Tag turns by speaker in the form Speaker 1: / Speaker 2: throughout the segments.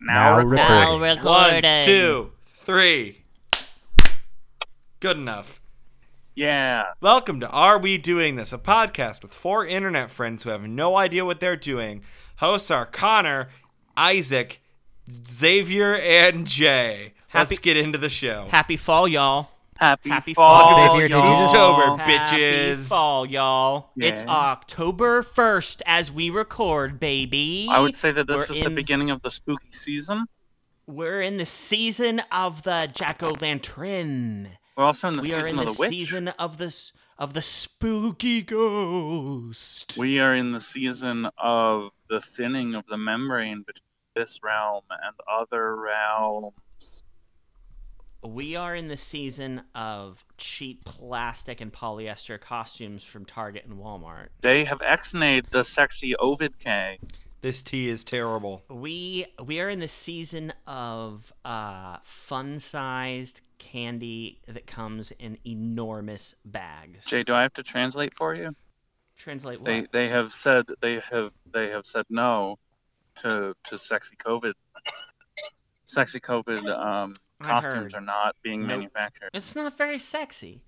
Speaker 1: Now,
Speaker 2: Now
Speaker 1: recording.
Speaker 2: recording.
Speaker 3: Now recording.
Speaker 4: One, two, three. Good enough.
Speaker 1: Yeah.
Speaker 4: Welcome to Are We Doing This, a podcast with four internet friends who have no idea what they're doing. Hosts are Connor, Isaac, Xavier, and Jay.
Speaker 3: Happy-
Speaker 4: Let's get into the show.
Speaker 3: Happy fall, y'all.
Speaker 1: Happy,
Speaker 3: Happy
Speaker 1: fall,
Speaker 3: fall,
Speaker 2: Xavier, did you
Speaker 1: y'all.
Speaker 2: just-
Speaker 4: October,
Speaker 3: Happy
Speaker 4: bitches.
Speaker 3: fall, y'all. It's
Speaker 1: Yeah.
Speaker 3: October 1st as we record, baby.
Speaker 1: I would say that this
Speaker 3: We're
Speaker 1: is the
Speaker 3: in-
Speaker 1: beginning of the spooky season.
Speaker 3: We're in the season of the jack-o'-lantern.
Speaker 1: We're also in the
Speaker 3: We are in
Speaker 1: season
Speaker 3: the,
Speaker 1: of the witch.
Speaker 3: season of the, s- of the spooky ghost.
Speaker 1: We are in the season of the thinning of the membrane between this realm and other realms.
Speaker 3: We are in the season of cheap plastic and polyester costumes from Target and Walmart.
Speaker 1: They have exonerated the sexy Ovid K.
Speaker 4: This tea is terrible.
Speaker 3: We we are in the season of uh, fun-sized candy that comes in enormous bags.
Speaker 1: Jay, do I have to translate for you?
Speaker 3: Translate what?
Speaker 1: They they have said they have they have said no to to sexy COVID. sexy COVID um,
Speaker 3: I
Speaker 1: costumes
Speaker 3: heard.
Speaker 1: are not being
Speaker 3: Nope.
Speaker 1: manufactured.
Speaker 3: It's not very sexy.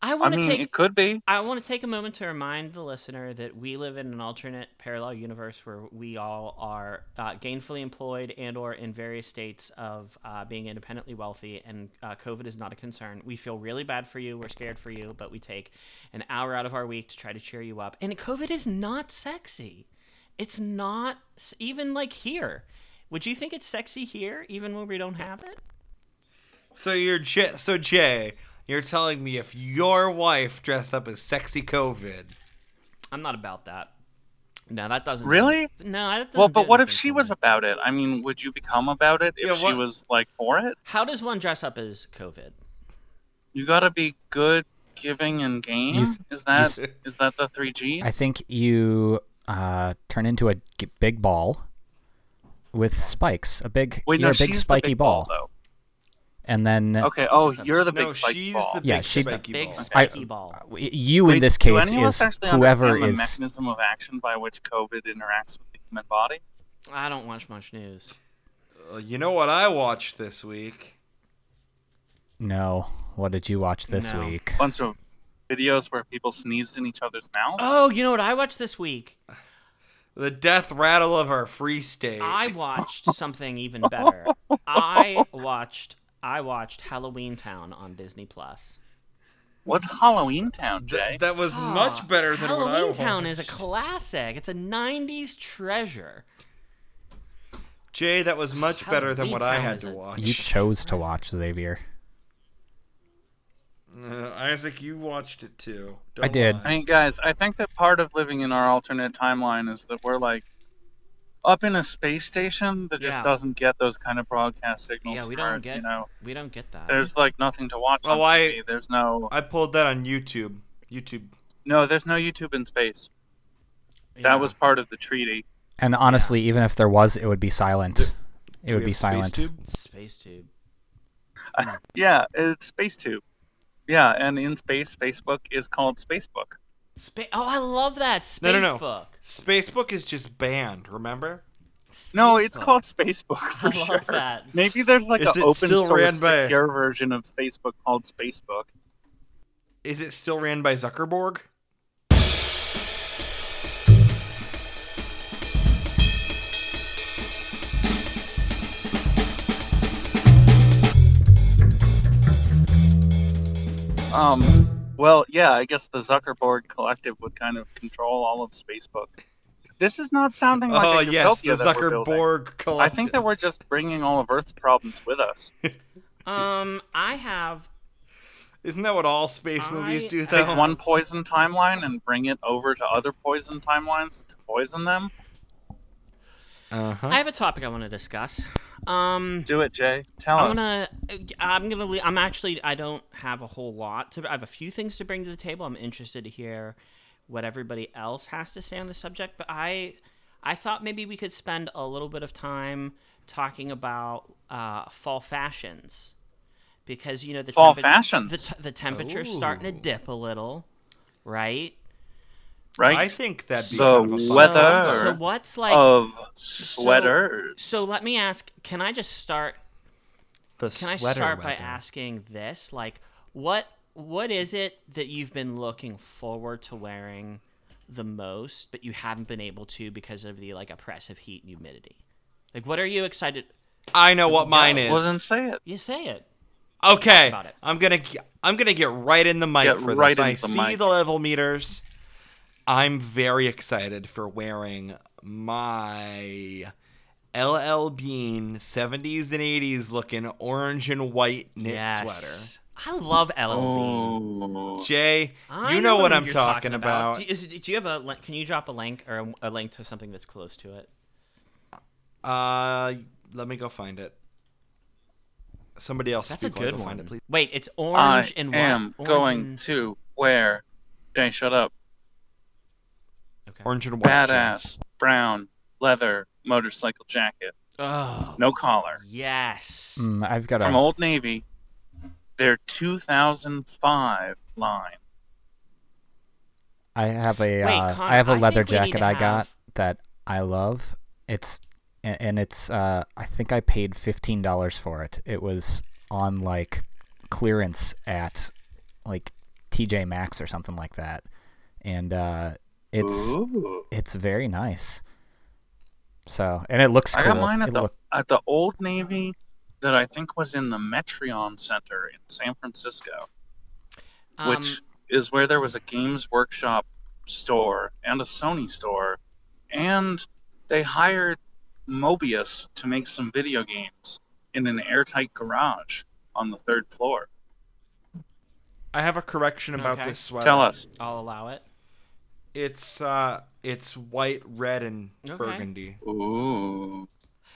Speaker 3: I
Speaker 1: I
Speaker 3: want to
Speaker 1: mean,
Speaker 3: take
Speaker 1: it could be.
Speaker 3: I want to take a moment to remind the listener that we live in an alternate parallel universe where we all are uh, gainfully employed and or in various states of uh, being independently wealthy and uh, covid is not a concern we feel really bad for you we're scared for you but we take an hour out of our week to try to cheer you up and covid is not sexy it's not s- even like here would you think it's sexy here even when we don't have it
Speaker 4: So you're J- so Jay, you're telling me if your wife dressed up as sexy COVID,
Speaker 3: i'm not about that no that doesn't
Speaker 1: Really?
Speaker 3: no that doesn't
Speaker 1: Well,
Speaker 3: do
Speaker 1: but what if
Speaker 3: anything
Speaker 1: she
Speaker 3: for
Speaker 1: was
Speaker 3: me.
Speaker 1: about it? I mean, would you become about it if
Speaker 4: Yeah,
Speaker 1: she
Speaker 4: what-
Speaker 1: was like for it?
Speaker 3: How does one dress up as COVID?
Speaker 1: You gotta be good, giving, and game.
Speaker 2: You s-
Speaker 1: is that
Speaker 4: s-
Speaker 1: is that the three Gs?
Speaker 2: I think you uh, turn into a g- big ball with spikes. A big,
Speaker 1: Wait,
Speaker 2: you're
Speaker 1: no,
Speaker 2: a big
Speaker 1: she's
Speaker 2: spiky
Speaker 1: the big
Speaker 2: ball,
Speaker 1: though.
Speaker 2: and then
Speaker 1: Okay. Oh,
Speaker 3: Just a-
Speaker 1: you're the big
Speaker 4: no,
Speaker 1: spiky
Speaker 4: she's
Speaker 1: ball.
Speaker 4: the big
Speaker 2: Yeah, she's the
Speaker 4: spiky
Speaker 3: Big
Speaker 4: ball.
Speaker 3: spiky ball.
Speaker 2: w- you in
Speaker 1: Wait,
Speaker 2: this
Speaker 1: do
Speaker 2: case
Speaker 1: any of us
Speaker 2: is
Speaker 1: actually
Speaker 2: whoever
Speaker 1: understand the
Speaker 2: is.
Speaker 1: mechanism of action by which COVID interacts with the human body.
Speaker 3: I don't watch much news.
Speaker 4: Uh, you know what I watched this week?
Speaker 2: No, what did you watch this
Speaker 3: No.
Speaker 2: week?
Speaker 1: Bunch of videos where people sneezed in each other's mouths.
Speaker 3: Oh, you know what I watched this week?
Speaker 4: The death rattle of our free state.
Speaker 3: I watched something even better. I watched I watched Halloween Town on Disney Plus.
Speaker 1: What's Halloween Town,
Speaker 4: Th-
Speaker 1: Jay?
Speaker 4: that was
Speaker 3: Ah,
Speaker 4: much better than
Speaker 3: Halloween
Speaker 4: what I
Speaker 3: Town is a
Speaker 4: watched.
Speaker 3: classic. It's a 90s treasure.
Speaker 4: Jay, that was much better than
Speaker 3: Halloween
Speaker 4: what I
Speaker 3: Town
Speaker 4: had
Speaker 3: is
Speaker 4: to
Speaker 3: a-
Speaker 4: watch.
Speaker 2: You chose to watch Xavier.
Speaker 4: Uh, Isaac, you watched it too.
Speaker 2: I did.
Speaker 1: I
Speaker 4: lie.
Speaker 1: mean, guys, I think that part of living in our alternate timeline is that we're like up in a space station that just
Speaker 3: Yeah.
Speaker 1: doesn't get those kind of broadcast signals.
Speaker 3: Yeah, we
Speaker 1: from
Speaker 3: don't
Speaker 1: Earth,
Speaker 3: get-
Speaker 1: You know,
Speaker 3: We don't get that.
Speaker 1: there's like nothing to watch.
Speaker 4: Well,
Speaker 1: on
Speaker 4: I-
Speaker 1: TV. There's no,
Speaker 4: I pulled that on YouTube. YouTube.
Speaker 1: no, there's no YouTube in space.
Speaker 3: Yeah.
Speaker 1: That was part of the treaty.
Speaker 2: And honestly, even if there was, it would be silent. It
Speaker 4: We
Speaker 2: would be
Speaker 4: have
Speaker 2: silent.
Speaker 4: SpaceTube?
Speaker 3: Space Tube.
Speaker 1: Yeah, it's space tube. Yeah, and in space, Facebook is called Spacebook.
Speaker 3: Spa- oh, I love that. Spacebook.
Speaker 4: No, no, no. Spacebook is just banned. Remember?
Speaker 1: No, it's
Speaker 3: Spacebook.
Speaker 1: called Spacebook for
Speaker 3: I
Speaker 1: sure.
Speaker 3: love that.
Speaker 1: Maybe there's like
Speaker 4: Is
Speaker 1: an
Speaker 4: it
Speaker 1: open
Speaker 4: still
Speaker 1: source
Speaker 4: ran by-
Speaker 1: secure version of Facebook called Spacebook.
Speaker 4: Is it still ran by Zuckerberg?
Speaker 1: Um, well, yeah, I guess the Zuckerberg collective would kind of control all of Spacebook. This is not sounding like
Speaker 4: oh
Speaker 1: a
Speaker 4: yes, the
Speaker 1: utopia that we're building.
Speaker 4: Zuckerberg collective.
Speaker 1: I think that we're just bringing all of Earth's problems with us.
Speaker 3: Um, I have
Speaker 4: Isn't that what all space movies
Speaker 3: I-
Speaker 4: do?
Speaker 1: Take
Speaker 4: though?
Speaker 1: one poison timeline and bring it over to other poison timelines to poison them.
Speaker 4: Uh-huh.
Speaker 3: I have a topic I want to discuss. Um,
Speaker 1: Do it, Jay. Tell
Speaker 3: I'm
Speaker 1: us.
Speaker 3: gonna, uh, I'm gonna, le- I'm actually, I don't have a whole lot to, I have a few things to bring to the table. I'm interested to hear what everybody else has to say on the subject, but I, I thought maybe we could spend a little bit of time talking about uh, fall fashions because you know the
Speaker 1: Fall
Speaker 3: tempe-
Speaker 1: fashions.
Speaker 3: the, t- the temperature's starting to
Speaker 4: Ooh.
Speaker 3: dip a little, right?
Speaker 1: right?
Speaker 4: I think that'd be
Speaker 1: So
Speaker 4: kind of a fun
Speaker 1: whether-
Speaker 4: number.
Speaker 3: So, so what's like?
Speaker 1: of sweaters.
Speaker 3: so let me ask. Can I just start?
Speaker 4: the
Speaker 3: Can I
Speaker 4: sweater
Speaker 3: start by
Speaker 4: weather.
Speaker 3: asking this? Like, what what is it that you've been looking forward to wearing the most, but you haven't been able to because of the like oppressive heat and humidity? Like, what are you excited?
Speaker 4: I know what mine is.
Speaker 1: well, then say it.
Speaker 3: You say it.
Speaker 4: Okay,
Speaker 3: about it.
Speaker 4: I'm gonna g- I'm gonna get right in the mic
Speaker 1: Get
Speaker 4: for
Speaker 1: right
Speaker 4: this. I
Speaker 1: into the
Speaker 4: see
Speaker 1: mic.
Speaker 4: the level meters. I'm very excited for wearing my LL Bean 70s and 80s looking orange and white knit
Speaker 3: Yes. I love LL Bean.
Speaker 1: Oh.
Speaker 4: sweater. Jay,
Speaker 3: I
Speaker 4: you
Speaker 3: the
Speaker 4: know what
Speaker 3: one
Speaker 4: I'm
Speaker 3: you're
Speaker 4: talking, about.
Speaker 3: Do, is, do you have a? link- Can you drop a link or a, a link to something that's close to it?
Speaker 4: Uh, let me go find it. Somebody else.
Speaker 3: That's
Speaker 4: speak
Speaker 3: a
Speaker 4: while I
Speaker 3: good
Speaker 4: go
Speaker 3: one.
Speaker 4: Find it, please.
Speaker 3: Wait, it's
Speaker 1: I
Speaker 3: orange and white.
Speaker 1: am
Speaker 3: Orange
Speaker 1: going
Speaker 3: and-
Speaker 1: to wear. Jay, shut up.
Speaker 3: Okay.
Speaker 4: Orange and white. Jay.
Speaker 1: Badass brown leather motorcycle jacket,
Speaker 3: Oh,
Speaker 1: no collar,
Speaker 3: yes.
Speaker 2: Mm, I've got
Speaker 1: from
Speaker 2: a
Speaker 1: Old Navy. Their 2005 line.
Speaker 2: I have a
Speaker 3: Wait,
Speaker 2: uh,
Speaker 3: Connor,
Speaker 2: I have a
Speaker 3: I
Speaker 2: leather
Speaker 3: think we need
Speaker 2: jacket
Speaker 3: to
Speaker 2: I got
Speaker 3: have-
Speaker 2: that I love. It's a- and it's uh, I think I paid fifteen dollars for it. It was on like clearance at like TJ Maxx or something like that, and uh, it's
Speaker 1: Ooh.
Speaker 2: it's very nice. So and it looks
Speaker 1: I
Speaker 2: cool.
Speaker 1: got mine at
Speaker 2: It
Speaker 1: the
Speaker 2: look-
Speaker 1: at the Old Navy that I think was in the Metreon Center in San Francisco.
Speaker 3: Um,
Speaker 1: which is where there was a Games Workshop store and a Sony store, and they hired Mobius to make some video games in an airtight garage on the third floor.
Speaker 4: I have a correction about
Speaker 3: Okay.
Speaker 4: this sweater.
Speaker 1: Tell us.
Speaker 3: I'll allow it.
Speaker 4: It's uh, it's white, red, and
Speaker 3: Okay.
Speaker 4: burgundy.
Speaker 1: Ooh.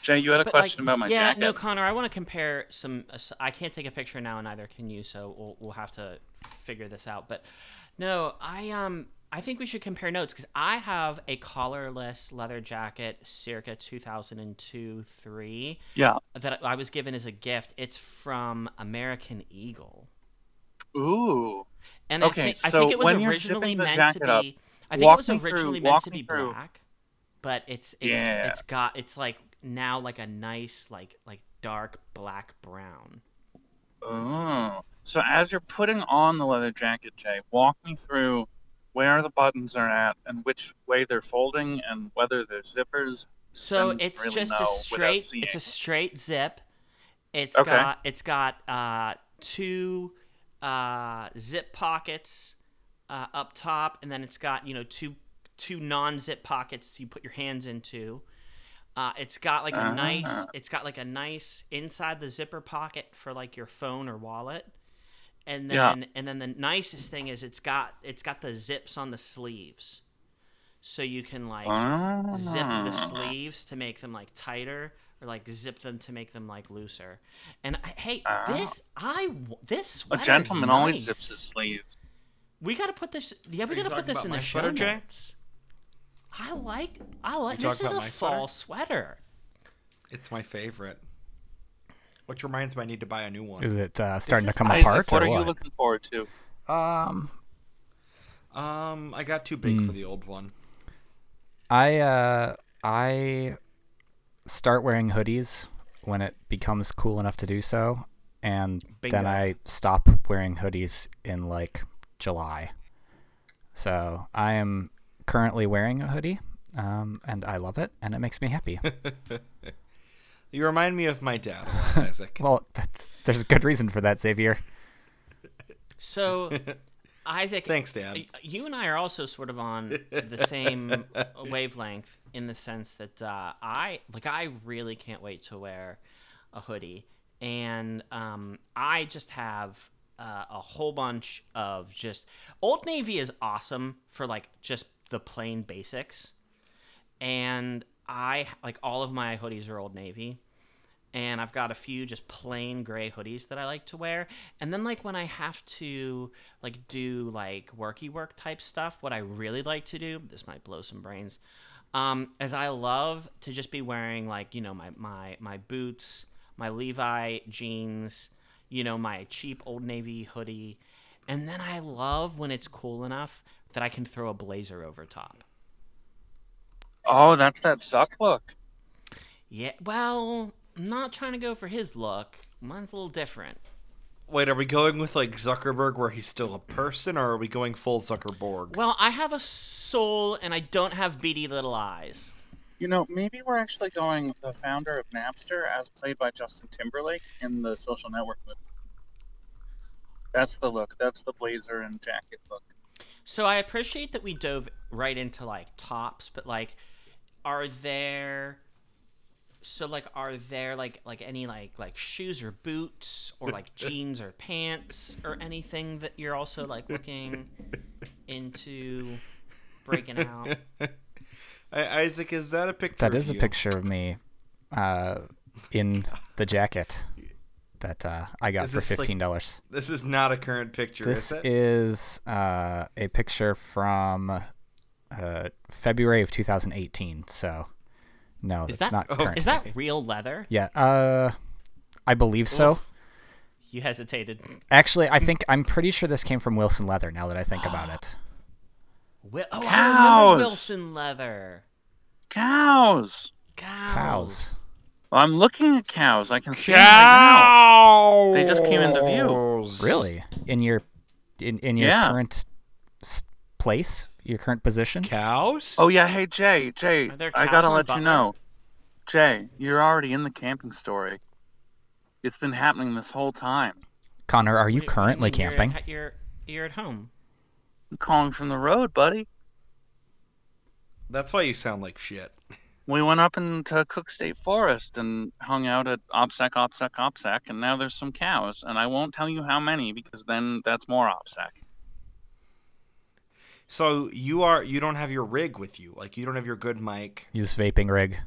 Speaker 1: Jay, you had a
Speaker 3: But,
Speaker 1: question
Speaker 3: like,
Speaker 1: about my
Speaker 3: yeah,
Speaker 1: jacket.
Speaker 3: no, Connor, I want to compare some. uh, s- I can't take a picture now, and neither can you, so we'll, we'll have to figure this out. But no, I um, I think we should compare notes because I have a collarless leather jacket, circa two thousand and two three,
Speaker 1: yeah.
Speaker 3: that I was given as a gift. It's from American Eagle.
Speaker 1: Ooh.
Speaker 3: And
Speaker 1: Okay,
Speaker 3: I, think, I
Speaker 1: so
Speaker 3: think it was
Speaker 1: when you're
Speaker 3: originally
Speaker 1: zipping the
Speaker 3: meant to
Speaker 1: jacket up,
Speaker 3: be. I think
Speaker 1: walk
Speaker 3: it
Speaker 1: me
Speaker 3: was
Speaker 1: through-
Speaker 3: originally meant
Speaker 1: walk
Speaker 3: to
Speaker 1: me
Speaker 3: be
Speaker 1: through.
Speaker 3: black, but it's it's,
Speaker 1: Yeah.
Speaker 3: it's got it's like now like a nice like like dark black brown.
Speaker 1: Ooh. So as you're putting on the leather jacket, Jay, walk me through where the buttons are at and which way they're folding and whether they're zippers
Speaker 3: So
Speaker 1: Didn't
Speaker 3: it's
Speaker 1: really
Speaker 3: just
Speaker 1: know
Speaker 3: a
Speaker 1: without
Speaker 3: straight
Speaker 1: seeing.
Speaker 3: it's a straight zip. It's
Speaker 1: Okay.
Speaker 3: got it's got uh, two uh, zip pockets uh, up top, and then it's got you know two two non zip pockets you put your hands into. Uh, it's got like a nice
Speaker 1: Ah.
Speaker 3: it's got like a nice inside the zipper pocket for like your phone or wallet. And
Speaker 1: Yeah.
Speaker 3: then and then the nicest thing is it's got it's got the zips on the sleeves. So you can like zip the
Speaker 1: Ah.
Speaker 3: sleeves to make them like tighter or like zip them to make them like looser. And I, hey, this I w- this
Speaker 1: Oh. A
Speaker 3: sweater's
Speaker 1: gentleman always
Speaker 3: nice.
Speaker 1: zips his sleeves.
Speaker 3: We gotta put this. Yeah, we
Speaker 4: Are
Speaker 3: gotta
Speaker 4: you
Speaker 3: put
Speaker 4: talking
Speaker 3: this
Speaker 4: about
Speaker 3: in
Speaker 4: my
Speaker 3: the show
Speaker 4: sweater, Jay?
Speaker 3: notes. I like. I like.
Speaker 4: You
Speaker 3: This
Speaker 4: talking
Speaker 3: is a
Speaker 4: about my sweater?
Speaker 3: fall sweater.
Speaker 4: It's my favorite. Which reminds me, I need to buy a new one.
Speaker 2: is it uh, starting
Speaker 3: is
Speaker 2: to come
Speaker 1: Isaac,
Speaker 2: apart?
Speaker 1: what
Speaker 2: or
Speaker 1: are you
Speaker 2: what?
Speaker 1: looking forward to?
Speaker 2: um,
Speaker 4: Um, I got too big
Speaker 2: Hmm.
Speaker 4: for the old one.
Speaker 2: I uh I start wearing hoodies when it becomes cool enough to do so, and then
Speaker 4: Bingo.
Speaker 2: I stop wearing hoodies in like July. So I am currently wearing a hoodie, um, and I love it, and it makes me happy.
Speaker 4: You remind me of my dad, a lot, Isaac.
Speaker 2: well, that's there's a good reason for that, Xavier.
Speaker 3: So, Isaac,
Speaker 4: Thanks, Dad.
Speaker 3: y- You and I are also sort of on the same wavelength in the sense that uh, I like I really can't wait to wear a hoodie, and um, I just have uh, a whole bunch of just Old Navy is awesome for like just the plain basics, and I like all of my hoodies are Old Navy and I've got a few just plain gray hoodies that I like to wear. And then like when I have to like do like worky work type stuff, what I really like to do, this might blow some brains, um, is I love to just be wearing like, you know, my my my boots, my Levi jeans, you know, my cheap old navy hoodie. And then I love when it's cool enough that I can throw a blazer over top.
Speaker 1: Oh, that's that suck look.
Speaker 3: Yeah, well, I'm not trying to go for his look. Mine's a little different.
Speaker 4: Wait, are we going with like Zuckerberg where he's still a person, or are we going full Zuckerberg?
Speaker 3: Well, I have a soul and I don't have beady little eyes.
Speaker 1: You know, maybe we're actually going with the founder of Napster as played by Justin Timberlake in the social network movie. That's the look. That's the blazer and jacket look.
Speaker 3: So I appreciate that we dove right into like tops, but like are there so like are there like like any like like shoes or boots or like jeans or pants or anything that you're also like looking into breaking out?
Speaker 4: I, Isaac, is that a picture?
Speaker 2: That
Speaker 4: of
Speaker 2: is a
Speaker 4: you?
Speaker 2: picture of me uh, in the jacket that uh, I got
Speaker 4: Is
Speaker 2: for
Speaker 4: this, like,
Speaker 2: $15.
Speaker 4: This is not a current picture.
Speaker 2: this
Speaker 4: is it?
Speaker 2: is uh, a picture from uh, February of 2018. So, no,
Speaker 3: Is
Speaker 2: that's
Speaker 3: that-
Speaker 2: not
Speaker 4: oh,
Speaker 2: current.
Speaker 3: Is that real leather?
Speaker 2: yeah, uh, I believe so.
Speaker 3: You hesitated.
Speaker 2: Actually, I think I'm pretty sure this came from Wilson Leather. Now that I think about it,
Speaker 3: Wi- oh, I
Speaker 1: Cows.
Speaker 3: remember Wilson leather.
Speaker 1: Cows.
Speaker 3: Cows.
Speaker 2: cows.
Speaker 1: Well, I'm looking at cows. I can see them right
Speaker 4: Cows.
Speaker 1: They just came into
Speaker 2: Really, in your in in your
Speaker 1: Yeah.
Speaker 2: current s- place, your current position.
Speaker 4: Cows?
Speaker 1: now. Oh yeah, hey Jay, Jay,
Speaker 3: Are there
Speaker 1: I
Speaker 3: cows
Speaker 1: gotta
Speaker 3: on
Speaker 1: let
Speaker 3: Butler?
Speaker 1: you know. Jay, you're already in the camping story. It's been happening this whole time.
Speaker 2: Connor, are you
Speaker 3: What do
Speaker 2: currently
Speaker 3: mean you're at-
Speaker 2: camping?
Speaker 3: You're you're at home.
Speaker 1: I'm calling from the road, buddy.
Speaker 4: That's why you sound like shit.
Speaker 1: We went up into Cook State Forest and hung out at OPSEC, OPSEC, OPSEC, and now there's some cows, and I won't tell you how many because then that's more OPSEC.
Speaker 4: So you are you don't have your rig with you. Like you don't have your good mic.
Speaker 2: Use vaping rig.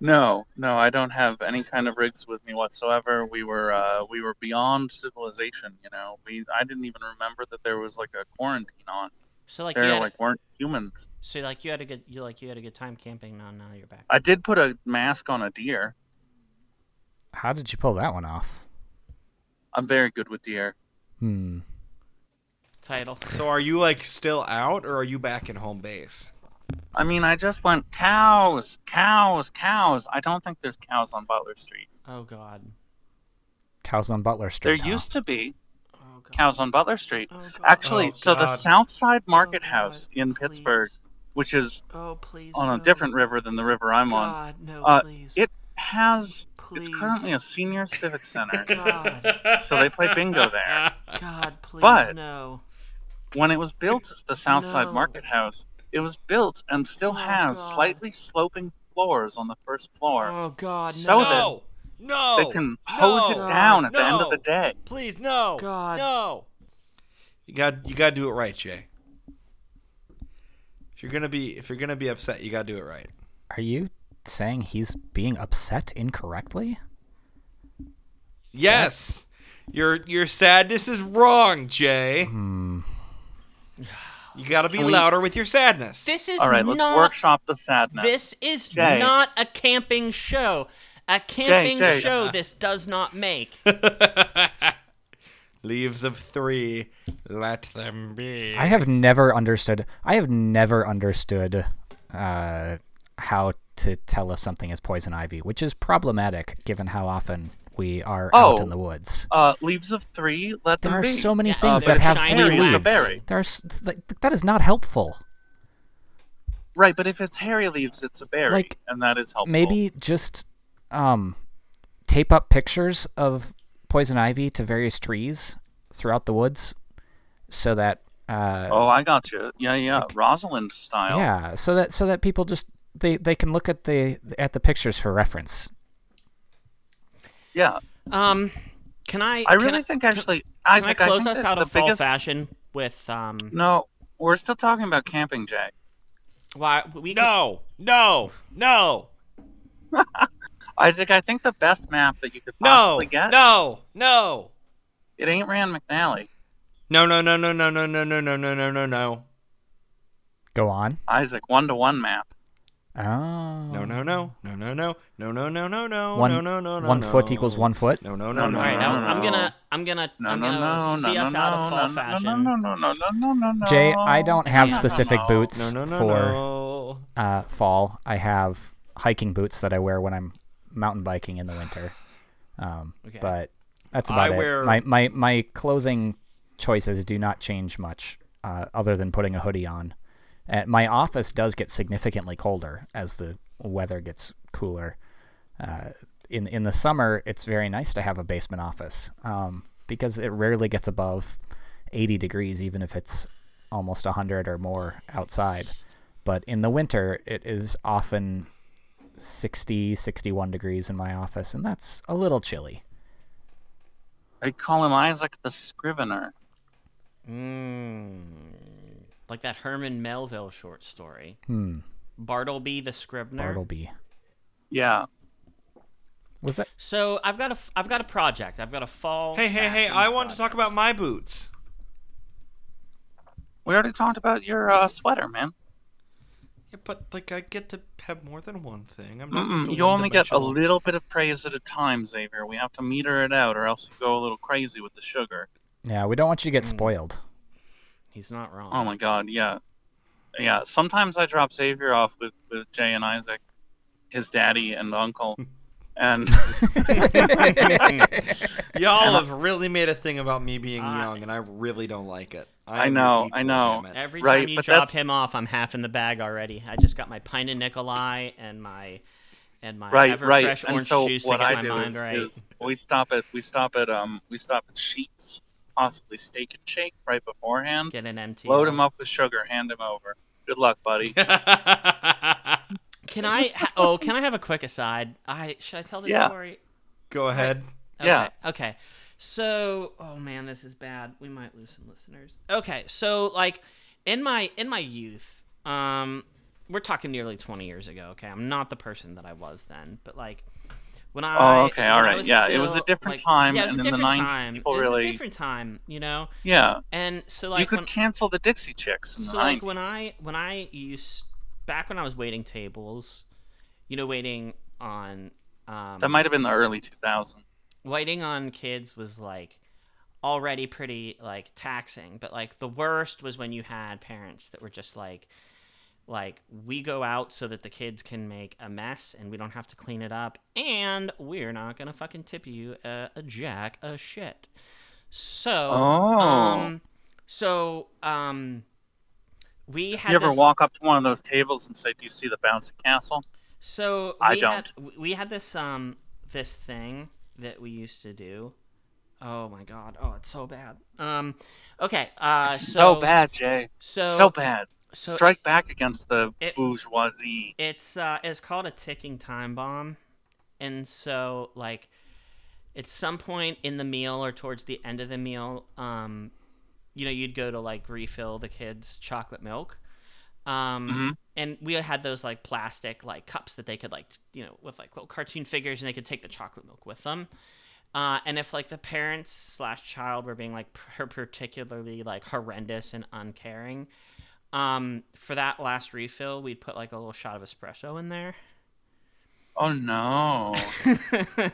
Speaker 1: No, no, I don't have any kind of rigs with me whatsoever. We were uh, we were beyond civilization, you know. We I didn't even remember that there was like a quarantine on.
Speaker 3: So like you
Speaker 1: There
Speaker 3: had,
Speaker 1: like weren't humans.
Speaker 3: so like you had a good you like you had a good time camping. Now now you're back.
Speaker 1: I did put a mask on a deer.
Speaker 2: How did you pull that one off?
Speaker 1: I'm very good with deer.
Speaker 2: Hmm.
Speaker 3: Title.
Speaker 4: So are you like still out or are you back in home base?
Speaker 1: I mean, I just went cows, cows, cows. I don't think there's cows on Butler Street.
Speaker 3: Oh God.
Speaker 2: Cows on Butler
Speaker 1: There
Speaker 2: Street. huh?
Speaker 1: used to be
Speaker 3: Oh God.
Speaker 1: cows on Butler Street.
Speaker 3: Oh, God.
Speaker 1: Actually,
Speaker 4: Oh,
Speaker 1: so the
Speaker 4: God.
Speaker 1: Southside Market
Speaker 3: Oh, God,
Speaker 1: House in Pittsburgh,
Speaker 3: please.
Speaker 1: which is
Speaker 3: Oh please.
Speaker 1: on
Speaker 3: no.
Speaker 1: a different river than the river I'm on,
Speaker 3: God, no,
Speaker 1: Uh,
Speaker 3: please.
Speaker 1: it has it's
Speaker 3: please.
Speaker 1: currently a senior civic center
Speaker 3: God,
Speaker 1: so they play bingo there
Speaker 3: God, please,
Speaker 1: But-
Speaker 3: no.
Speaker 1: when it was built as the southside
Speaker 3: No.
Speaker 1: market house it was built and still
Speaker 3: Oh,
Speaker 1: has
Speaker 3: God.
Speaker 1: slightly sloping floors on the first floor
Speaker 3: Oh God,
Speaker 1: So
Speaker 3: no.
Speaker 1: that-
Speaker 4: No. No.
Speaker 1: they can hose
Speaker 4: No.
Speaker 1: it down at the end of the
Speaker 4: No.
Speaker 1: day
Speaker 4: Please no.
Speaker 3: God.
Speaker 4: No. You got you got to do it right, Jay. If you're going to be if you're going to be upset, you got to do it right.
Speaker 2: Are you saying he's being upset incorrectly?
Speaker 4: Yes. Your your sadness is wrong, Jay. You got to be
Speaker 1: Hmm. Can we-
Speaker 4: louder with your sadness.
Speaker 3: this is
Speaker 1: all right let's
Speaker 3: not.
Speaker 1: workshop the sadness
Speaker 3: This is
Speaker 1: Jay.
Speaker 3: not a camping show. A camping
Speaker 1: Jay.
Speaker 3: show. This does not make.
Speaker 4: Leaves of three, let them be.
Speaker 2: I have never understood. I have never understood uh, how to tell if something is poison ivy, which is problematic given how often we are out
Speaker 1: Oh.
Speaker 2: in the woods.
Speaker 1: uh, leaves of three let
Speaker 2: There
Speaker 1: them
Speaker 2: are
Speaker 1: be
Speaker 2: so many
Speaker 3: Yeah,
Speaker 2: things
Speaker 1: they're
Speaker 2: that have
Speaker 3: shiny
Speaker 2: three
Speaker 3: leaves.
Speaker 2: leaves.
Speaker 3: It's a
Speaker 1: berry.
Speaker 2: There's th- that is not helpful.
Speaker 1: right but if it's hairy leaves it's a berry
Speaker 2: Like,
Speaker 1: and that is helpful
Speaker 2: Maybe just um, tape up pictures of poison ivy to various trees throughout the woods, so that uh,
Speaker 1: oh i got you yeah yeah rosalind style
Speaker 2: Yeah, so that so that people just they they can look at the at the pictures for reference.
Speaker 1: yeah
Speaker 3: Um, can I?
Speaker 1: i
Speaker 3: can
Speaker 1: really think actually
Speaker 3: Can I
Speaker 1: isaac
Speaker 3: close
Speaker 1: think
Speaker 3: us
Speaker 1: that
Speaker 3: out
Speaker 1: the
Speaker 3: of fall
Speaker 1: biggest
Speaker 3: fashion with um?
Speaker 1: No, we're still talking about camping, Jay.
Speaker 3: Why we? could-
Speaker 4: no, no, no,
Speaker 1: Isaac, I think the best map that you could
Speaker 4: no,
Speaker 1: possibly get
Speaker 4: no, no,
Speaker 1: it ain't Rand McNally.
Speaker 4: no, no, no, no, no, no, no, no, no, no, no, no, no.
Speaker 2: Go on.
Speaker 1: Isaac, one to one map.
Speaker 2: Oh.
Speaker 4: No, no, no, no, no, no, no, no, no, no, no,
Speaker 2: One-
Speaker 4: no, no, no, no.
Speaker 2: one
Speaker 4: no.
Speaker 2: foot equals one foot?
Speaker 4: No, no,
Speaker 1: No, no,
Speaker 4: no, no.
Speaker 3: All right, now
Speaker 1: no,
Speaker 3: I'm
Speaker 1: no.
Speaker 3: gonna, I'm gonna,
Speaker 1: No,
Speaker 3: I'm
Speaker 1: no,
Speaker 3: gonna
Speaker 1: no,
Speaker 3: see
Speaker 1: no,
Speaker 3: us
Speaker 1: no,
Speaker 3: out of fall
Speaker 1: no,
Speaker 3: fashion.
Speaker 1: no, no, no, no, no, no, no, no.
Speaker 2: Jay, I don't have
Speaker 1: No, no,
Speaker 2: specific
Speaker 1: no.
Speaker 2: boots
Speaker 4: No, no, no,
Speaker 2: for
Speaker 4: no.
Speaker 2: uh, fall. I have hiking boots that I wear when I'm mountain biking in the winter. Um,
Speaker 3: Okay.
Speaker 2: But that's
Speaker 4: I
Speaker 2: about it.
Speaker 4: wear-
Speaker 2: My, my my clothing choices do not change much, uh, other than putting a hoodie on. Uh, my office does get significantly colder as the weather gets cooler. Uh, in in the summer, it's very nice to have a basement office um, because it rarely gets above 80 degrees, even if it's almost 100 or more outside. But in the winter, it is often 60, 61 degrees in my office, and that's a little chilly.
Speaker 1: They call him Isaac the Scrivener.
Speaker 3: Mm, like that Herman Melville short story.
Speaker 2: Hmm.
Speaker 3: Bartleby the Scrivener.
Speaker 2: Bartleby.
Speaker 1: Yeah.
Speaker 2: Was that?
Speaker 3: So I've got a, f- I've got a project. I've got a fall.
Speaker 4: Hey, hey, hey!
Speaker 3: fashion
Speaker 4: I want to
Speaker 3: project.
Speaker 4: talk about my boots.
Speaker 1: We already talked about your uh, sweater, man.
Speaker 4: Yeah, but like I get to have more than one thing. I'm not just
Speaker 1: Mm-mm.
Speaker 4: a
Speaker 1: You only get a
Speaker 4: one-dimensional-
Speaker 1: little bit of praise at a time, Xavier. We have to meter it out, or else you go a little crazy with the sugar.
Speaker 2: Yeah, we don't want you to get spoiled.
Speaker 3: He's not wrong.
Speaker 1: Oh my god, yeah. Yeah, sometimes I drop Xavier off with, with Jay and Isaac, his daddy and uncle. And
Speaker 4: Y'all have really made a thing about me being
Speaker 3: I-
Speaker 4: young, and I really don't like it.
Speaker 1: I know,
Speaker 4: equal,
Speaker 1: I know.
Speaker 4: damn it.
Speaker 3: Every
Speaker 1: Right,
Speaker 3: time you
Speaker 1: but
Speaker 3: drop
Speaker 1: that's-
Speaker 3: him off, I'm half in the bag already. I just got my pint of Nikolai and my and my
Speaker 1: right,
Speaker 3: ever
Speaker 1: right.
Speaker 3: fresh
Speaker 1: And
Speaker 3: orange
Speaker 1: so
Speaker 3: juice
Speaker 1: what
Speaker 3: to get
Speaker 1: I
Speaker 3: my
Speaker 1: do
Speaker 3: mind
Speaker 1: is,
Speaker 3: right.
Speaker 1: is we stop at we stop at um we stop at Sheets, possibly Steak and Shake right beforehand.
Speaker 3: get an empty.
Speaker 1: Load him up with sugar, hand him over. Good luck, buddy.
Speaker 3: Can I? ha- Oh, can I have a quick aside? I should I tell this
Speaker 1: Yeah.
Speaker 3: story?
Speaker 4: Go ahead.
Speaker 3: Okay.
Speaker 1: Yeah.
Speaker 3: Okay. So, oh man, this is bad. We might lose some listeners. Okay. So, like in my in my youth, um we're talking nearly 20 years ago, okay? I'm not the person that I was then, but like when I
Speaker 1: Oh, okay,
Speaker 3: when
Speaker 1: all
Speaker 3: I
Speaker 1: right,
Speaker 3: was
Speaker 1: yeah, it was a different time,
Speaker 3: Yeah, it was
Speaker 1: and
Speaker 3: a
Speaker 1: in the
Speaker 3: different
Speaker 1: 90s,
Speaker 3: time.
Speaker 1: people
Speaker 3: it was
Speaker 1: really-
Speaker 3: a different time, you know?
Speaker 1: Yeah.
Speaker 3: And so like
Speaker 1: you could
Speaker 3: when,
Speaker 1: cancel the Dixie Chicks. in
Speaker 3: so
Speaker 1: the
Speaker 3: like when
Speaker 1: 90s.
Speaker 3: I when I used back when I was waiting tables, you know, waiting on um
Speaker 1: that might have been the early 2000s.
Speaker 3: waiting on kids was like already pretty like taxing but like the worst was when you had parents that were just like like we go out so that the kids can make a mess and we don't have to clean it up and we're not gonna fucking tip you a, a jack a shit so
Speaker 1: Oh.
Speaker 3: um so um we had
Speaker 1: You ever
Speaker 3: this-
Speaker 1: walk up to one of those tables and say, "Do you see the bouncy castle?"
Speaker 3: So
Speaker 1: I
Speaker 3: we had- we had this um this thing that we used to do. Oh my god! Oh, it's so bad. Um, okay. Uh,
Speaker 1: so, bad, Jay.
Speaker 3: So
Speaker 1: so bad.
Speaker 3: so
Speaker 1: Strike back against the
Speaker 3: It-
Speaker 1: bourgeoisie.
Speaker 3: It's uh, it's called a ticking time bomb, and so like, at some point in the meal or towards the end of the meal, um, you know, you'd go to like refill the kids' chocolate milk, um,
Speaker 1: Mhm.
Speaker 3: and we had those like plastic like cups that they could like t- you know with like little cartoon figures, and they could take the chocolate milk with them. Uh, and if like the parents slash child were being like per- particularly like horrendous and uncaring, um, for that last refill, we'd put like a little shot of espresso in there.
Speaker 1: Oh no!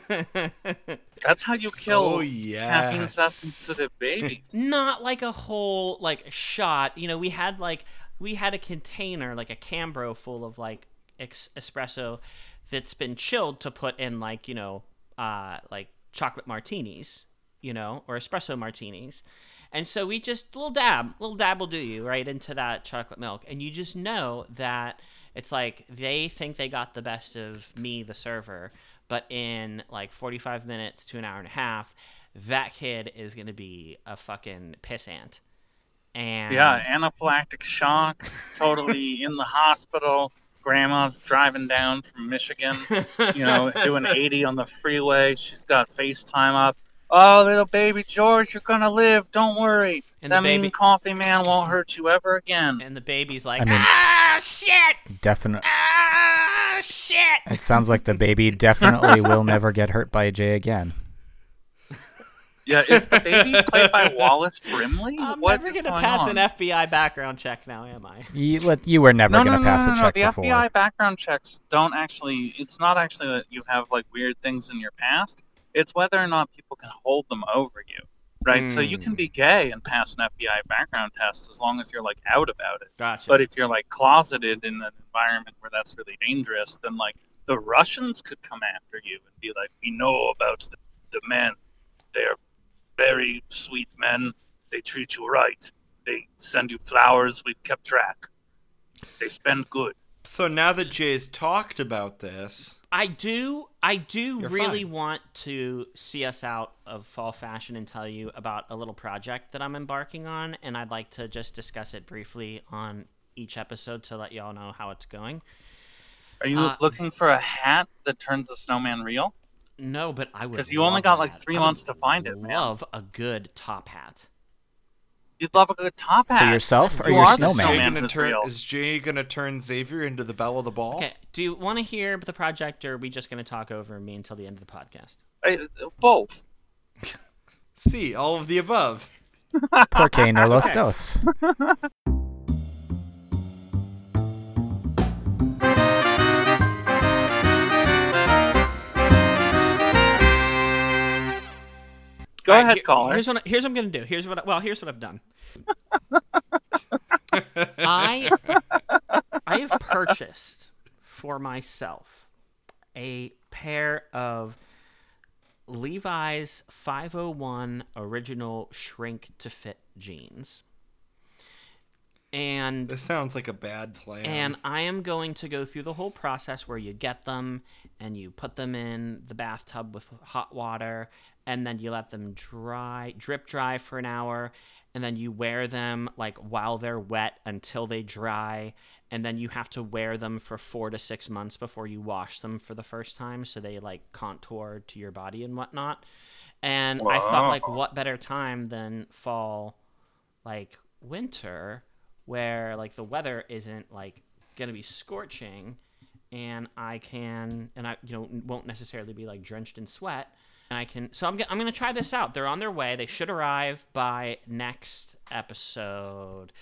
Speaker 1: That's how you kill
Speaker 4: Oh,
Speaker 1: caffeine
Speaker 4: yes.
Speaker 1: sensitive babies.
Speaker 3: Not like a whole like shot. You know, we had like we had a container like a Cambro full of like ex- espresso that's been chilled to put in like you know uh, like chocolate martinis, you know, or espresso martinis. And so we just little dab, little dab will do you right into that chocolate milk, and you just know that it's like they think they got the best of me, the server, but in like 45 minutes to an hour and a half, that kid is gonna be a fucking pissant. And
Speaker 1: Yeah, anaphylactic shock, totally in the hospital. Grandma's driving down from Michigan, you know, doing 80 on the freeway. She's got FaceTime up. Oh, little baby George, you're gonna live. Don't worry.
Speaker 3: And the
Speaker 1: that mean
Speaker 3: baby-
Speaker 1: coffee man won't hurt you ever again.
Speaker 3: and the baby's like,
Speaker 2: I mean-
Speaker 3: ah, shit,
Speaker 2: Definitely.
Speaker 3: ah, shit.
Speaker 2: It sounds like the baby definitely will never get hurt by Jay again.
Speaker 1: Yeah, is the baby played by Wallace Brimley?
Speaker 3: I'm
Speaker 1: What
Speaker 3: never
Speaker 1: is
Speaker 3: gonna
Speaker 1: going
Speaker 3: pass
Speaker 1: on?
Speaker 3: an FBI background check now, am I?
Speaker 2: You let you were never
Speaker 1: no,
Speaker 2: gonna
Speaker 1: no,
Speaker 2: pass
Speaker 1: no,
Speaker 2: a
Speaker 1: no,
Speaker 2: check
Speaker 1: no. The
Speaker 2: before.
Speaker 1: FBI background checks don't actually. It's not actually that you have like weird things in your past. It's whether or not people can hold them over you, right? So you
Speaker 2: Hmm.
Speaker 1: can be gay and pass an FBI background test as long as you're like out about it.
Speaker 3: Gotcha.
Speaker 1: But if you're like closeted in an environment where that's really dangerous, then like the Russians could come after you and be like, "We know about the, the men. They're very sweet men. They treat you right. They send you flowers. We've kept track. They spend good."
Speaker 4: So now that Jay's talked about this,
Speaker 3: I do I do
Speaker 4: You're
Speaker 3: really
Speaker 4: fine.
Speaker 3: want to see us out of fall fashion and tell you about a little project that I'm embarking on and I'd like to just discuss it briefly on each episode to let y'all know how it's going.
Speaker 1: Are you
Speaker 3: Uh,
Speaker 1: looking for a hat that turns a snowman real?
Speaker 3: No, but I would
Speaker 1: Because you only
Speaker 3: love
Speaker 1: got
Speaker 3: a
Speaker 1: like
Speaker 3: hat.
Speaker 1: three
Speaker 3: I would
Speaker 1: months to find it, man.
Speaker 3: Love a good top hat.
Speaker 1: You'd love a good top
Speaker 2: For
Speaker 1: hat.
Speaker 2: yourself or
Speaker 1: You
Speaker 2: your
Speaker 1: are the
Speaker 2: snowman?
Speaker 4: Jay
Speaker 1: snowman.
Speaker 4: gonna
Speaker 1: is
Speaker 4: turn,
Speaker 1: real.
Speaker 4: is Jay gonna turn Xavier into the bell of the ball?
Speaker 1: Oh.
Speaker 3: Okay, do you want to hear the project or are we just going to talk over me until the end of the podcast?
Speaker 1: I- both.
Speaker 4: See all of the above.
Speaker 2: Porque no los dos.
Speaker 1: Go
Speaker 3: All right,
Speaker 1: ahead,
Speaker 3: here-
Speaker 1: caller.
Speaker 3: Here's what, here's what I'm going to do. Here's what I- well, here's what I've done. I I have purchased for myself a pair of Levi's 501 original shrink to fit jeans. And
Speaker 4: This sounds like a bad plan.
Speaker 3: and I am going to go through the whole process where you get them and you put them in the bathtub with hot water and then you let them dry, drip dry for an hour and then you wear them like while they're wet until they dry and then you have to wear them for 4 to 6 months before you wash them for the first time so they like contour to your body and whatnot. And I felt like
Speaker 1: Wow.
Speaker 3: what better time than fall like winter where like the weather isn't like gonna be scorching and i can and i you know won't necessarily be like drenched in sweat and i can so i'm, go- I'm gonna try this out they're on their way they should arrive by next episode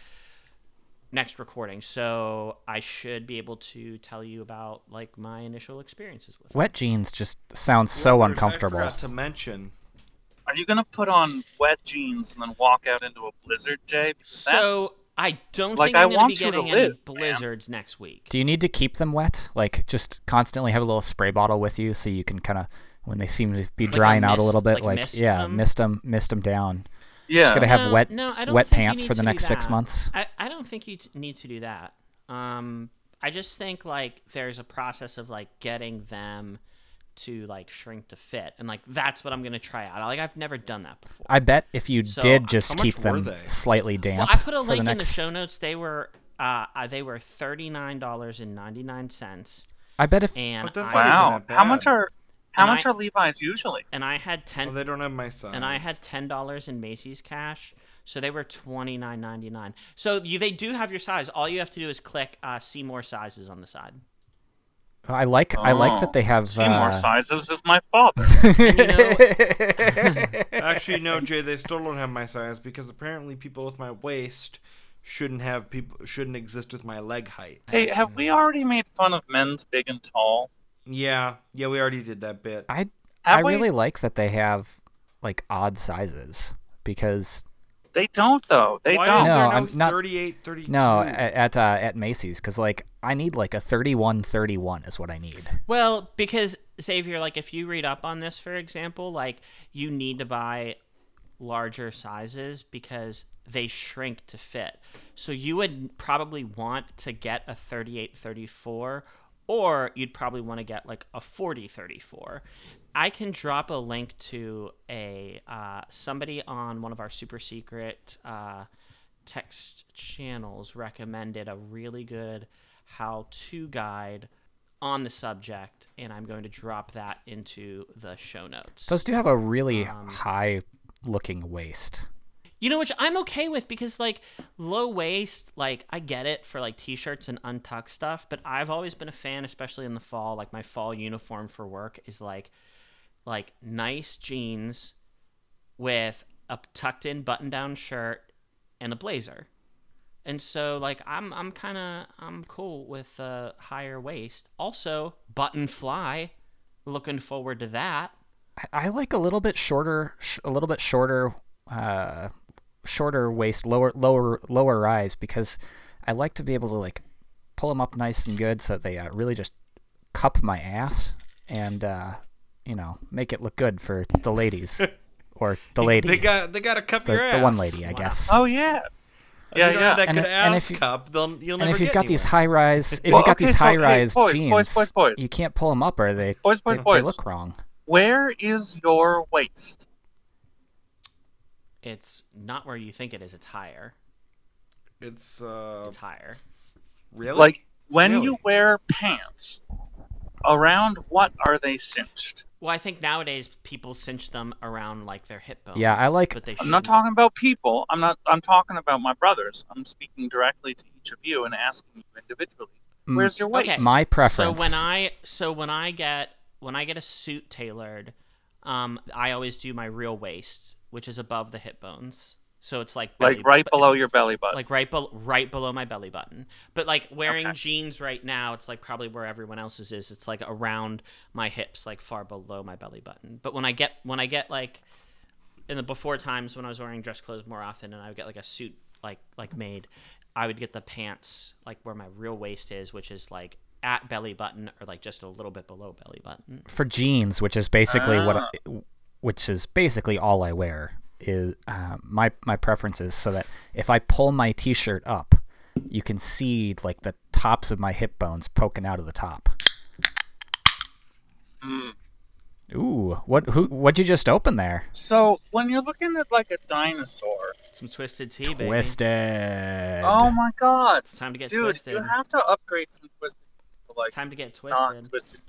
Speaker 3: next recording so i should be able to tell you about like my initial experiences with it.
Speaker 2: Wet jeans just sounds so
Speaker 4: Wonders, I
Speaker 2: uncomfortable.
Speaker 4: forgot to mention. oh,
Speaker 1: Are you gonna put on wet jeans and then walk out into a blizzard, Jay? Because
Speaker 3: so i don't
Speaker 1: like,
Speaker 3: think i'm
Speaker 1: I
Speaker 3: gonna be
Speaker 1: want you to
Speaker 3: getting any
Speaker 1: live, man.
Speaker 3: blizzards next week
Speaker 2: Do you need to keep them wet? Like just constantly have a little spray bottle with you so you can kind of when they seem to be
Speaker 3: a
Speaker 2: drying out a
Speaker 3: mist-
Speaker 2: little bit,
Speaker 3: like
Speaker 2: like,
Speaker 3: mist
Speaker 2: yeah,
Speaker 3: them?
Speaker 2: mist them, mist them down.
Speaker 1: that's, yeah.
Speaker 2: Just gonna have
Speaker 3: No,
Speaker 2: wet
Speaker 3: no, I don't
Speaker 2: wet
Speaker 3: think you
Speaker 2: pants
Speaker 3: need
Speaker 2: for the
Speaker 3: to do
Speaker 2: next six
Speaker 3: that.
Speaker 2: months.
Speaker 3: I, I don't think you t- need to do that. Um, I just think like there's a process of like getting them to like shrink to fit, and like that's what I'm gonna try out. Like I've never done that before.
Speaker 2: I bet if you
Speaker 3: So,
Speaker 2: did
Speaker 4: how
Speaker 2: just
Speaker 4: much
Speaker 2: keep
Speaker 4: were
Speaker 2: them
Speaker 4: they?
Speaker 2: slightly damp.
Speaker 3: well, I put a
Speaker 2: for the
Speaker 3: link in the
Speaker 2: next-
Speaker 3: show notes. They were uh, uh, they were thirty nine dollars and ninety nine cents,
Speaker 2: I bet if
Speaker 3: and
Speaker 4: But that's
Speaker 3: I,
Speaker 4: not even
Speaker 1: wow.
Speaker 4: that
Speaker 1: How much
Speaker 4: bad.
Speaker 1: are how
Speaker 3: And
Speaker 1: much
Speaker 3: I-
Speaker 1: are Levi's usually?
Speaker 3: and I had ten
Speaker 4: Oh, they don't have my size.
Speaker 3: and I had ten dollars in Macy's cash, so they were twenty nine ninety nine. So you they do have your size. All you have to do is click uh, see more sizes on the side.
Speaker 2: I like I like
Speaker 1: Oh,
Speaker 2: that they have
Speaker 1: Seymour
Speaker 2: uh,
Speaker 1: sizes is my father.
Speaker 3: And, you know,
Speaker 4: Actually, no, Jay. They still don't have my size because apparently people with my waist shouldn't have people shouldn't exist with my leg height.
Speaker 1: hey, have we already made fun of men's big and tall?
Speaker 4: Yeah, yeah, we already did that bit.
Speaker 2: I
Speaker 1: Have
Speaker 2: I
Speaker 1: we?
Speaker 2: really like that they have like odd sizes because
Speaker 1: They don't though. They
Speaker 4: Why
Speaker 1: don't.
Speaker 4: Is there
Speaker 2: No,
Speaker 4: no
Speaker 2: I'm not-
Speaker 4: 38, 32?
Speaker 2: no a- at uh, at Macy's because like I need like a thirty one thirty one is what I need.
Speaker 3: well, because Xavier, like if you read up on this, for example, like you need to buy larger sizes because they shrink to fit. So you would probably want to get a 38 34 or you'd probably want to get like a 40 34. I can drop a link to a uh, somebody on one of our super secret uh, text channels recommended a really good how to guide on the subject and I'm going to drop that into the show notes.
Speaker 2: Those do have a really
Speaker 1: Um,
Speaker 2: high looking waist.
Speaker 3: You know, which I'm okay with because like low waist, like I get it for like t-shirts and untucked stuff, but I've always been a fan, especially in the fall. Like my fall uniform for work is like like nice jeans, with a tucked in button down shirt and a blazer. And so like I'm I'm kind of I'm cool with uh, higher waist. Also, button fly. Looking forward to that.
Speaker 2: I- I like a little bit shorter, sh- a little bit shorter, uh, shorter waist, lower, lower, lower rise because I like to be able to like pull them up nice and good so that they uh, really just cup my ass and uh, you know make it look good for the ladies or the lady,
Speaker 4: They got they got to cup
Speaker 2: the,
Speaker 4: your ass.
Speaker 2: the one lady, I guess.
Speaker 1: Oh yeah. Yeah,
Speaker 4: you don't
Speaker 1: yeah.
Speaker 4: Have that
Speaker 2: And
Speaker 4: good
Speaker 2: if- and
Speaker 4: ass
Speaker 2: if you-
Speaker 4: cup. They'll, you'll
Speaker 2: and
Speaker 4: never
Speaker 2: if you've
Speaker 4: get
Speaker 2: got these
Speaker 4: anywhere.
Speaker 2: high rise, if
Speaker 1: Well,
Speaker 2: you've got
Speaker 1: okay,
Speaker 2: these
Speaker 1: so, hey,
Speaker 2: high rise
Speaker 1: boys, boys,
Speaker 2: jeans,
Speaker 1: boys, boys.
Speaker 2: you can't pull them up or they
Speaker 1: Boys, boys,
Speaker 2: they, they
Speaker 1: boys.
Speaker 2: look wrong.
Speaker 1: Where is your waist?
Speaker 3: It's not where you think it is. It's higher.
Speaker 4: It's uh,
Speaker 3: It's higher.
Speaker 4: really
Speaker 1: Like when you
Speaker 4: Really?
Speaker 1: wear pants, around what are they cinched?
Speaker 3: Well, I think nowadays people cinch them around like their hip bones.
Speaker 2: Yeah, I like-
Speaker 3: But they
Speaker 1: I'm not
Speaker 3: shouldn't.
Speaker 1: talking about people. I'm not. I'm talking about my brothers. I'm speaking directly to each of you and asking you individually.
Speaker 2: Mm.
Speaker 1: Where's your waist?
Speaker 3: Okay.
Speaker 2: My preference.
Speaker 3: So when I so when I get when I get a suit tailored, um, I always do my real waist, which is above the hip bones. So it's like belly-
Speaker 1: like right
Speaker 3: but-
Speaker 1: below your belly button.
Speaker 3: like right bel right below my belly button. But like wearing
Speaker 1: Okay.
Speaker 3: jeans right now, it's like probably where everyone else's is. It's like around my hips, like far below my belly button. But when I get when I get like in the before times when I was wearing dress clothes more often, and I would get like a suit like like made, I would get the pants like where my real waist is, which is like at belly button or like just a little bit below belly button.
Speaker 2: for jeans, which is basically what,
Speaker 1: Ah.
Speaker 2: I, which is basically all I wear is uh, my my preferences, so that if I pull my t-shirt up, you can see like the tops of my hip bones poking out of the top.
Speaker 1: Mm.
Speaker 2: Ooh, what who what'd you just open there?
Speaker 1: So when you're looking at like a dinosaur,
Speaker 3: Some twisted tea, baby.
Speaker 2: Twisted.
Speaker 1: oh my god,
Speaker 3: It's time to get
Speaker 1: dude,
Speaker 3: twisted.
Speaker 1: you have to upgrade from twisted to
Speaker 3: it's
Speaker 1: like
Speaker 3: time to get
Speaker 1: non
Speaker 3: twisted.
Speaker 1: twisted.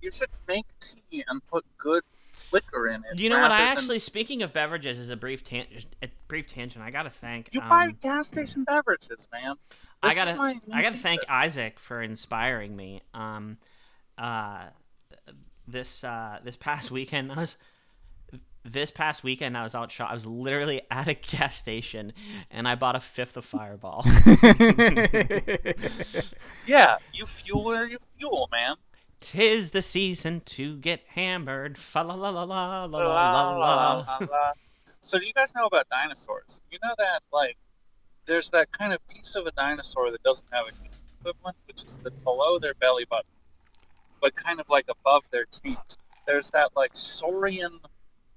Speaker 1: You should make tea and put good liquor in it.
Speaker 3: You know what? I
Speaker 1: rather than-
Speaker 3: actually, speaking of beverages, is a brief tan- a brief tangent. I gotta thank.
Speaker 1: you
Speaker 3: um,
Speaker 1: buy gas station beverages, man. This
Speaker 3: I
Speaker 1: is
Speaker 3: gotta
Speaker 1: my
Speaker 3: I gotta thank
Speaker 1: thesis.
Speaker 3: Isaac for inspiring me. Um, uh, this uh, this past weekend I was this past weekend I was out shop. I was literally at a gas station and I bought a fifth of Fireball.
Speaker 1: Yeah, you fuel or you fuel, man.
Speaker 3: Tis the season to get hammered. Fa la la la la la
Speaker 1: La, la,
Speaker 3: la la.
Speaker 1: la, la. So do you guys know about dinosaurs? You know that like there's that kind of piece of a dinosaur that doesn't have a human equivalent, which is the below their belly button, but kind of like above their teeth. There's that like saurian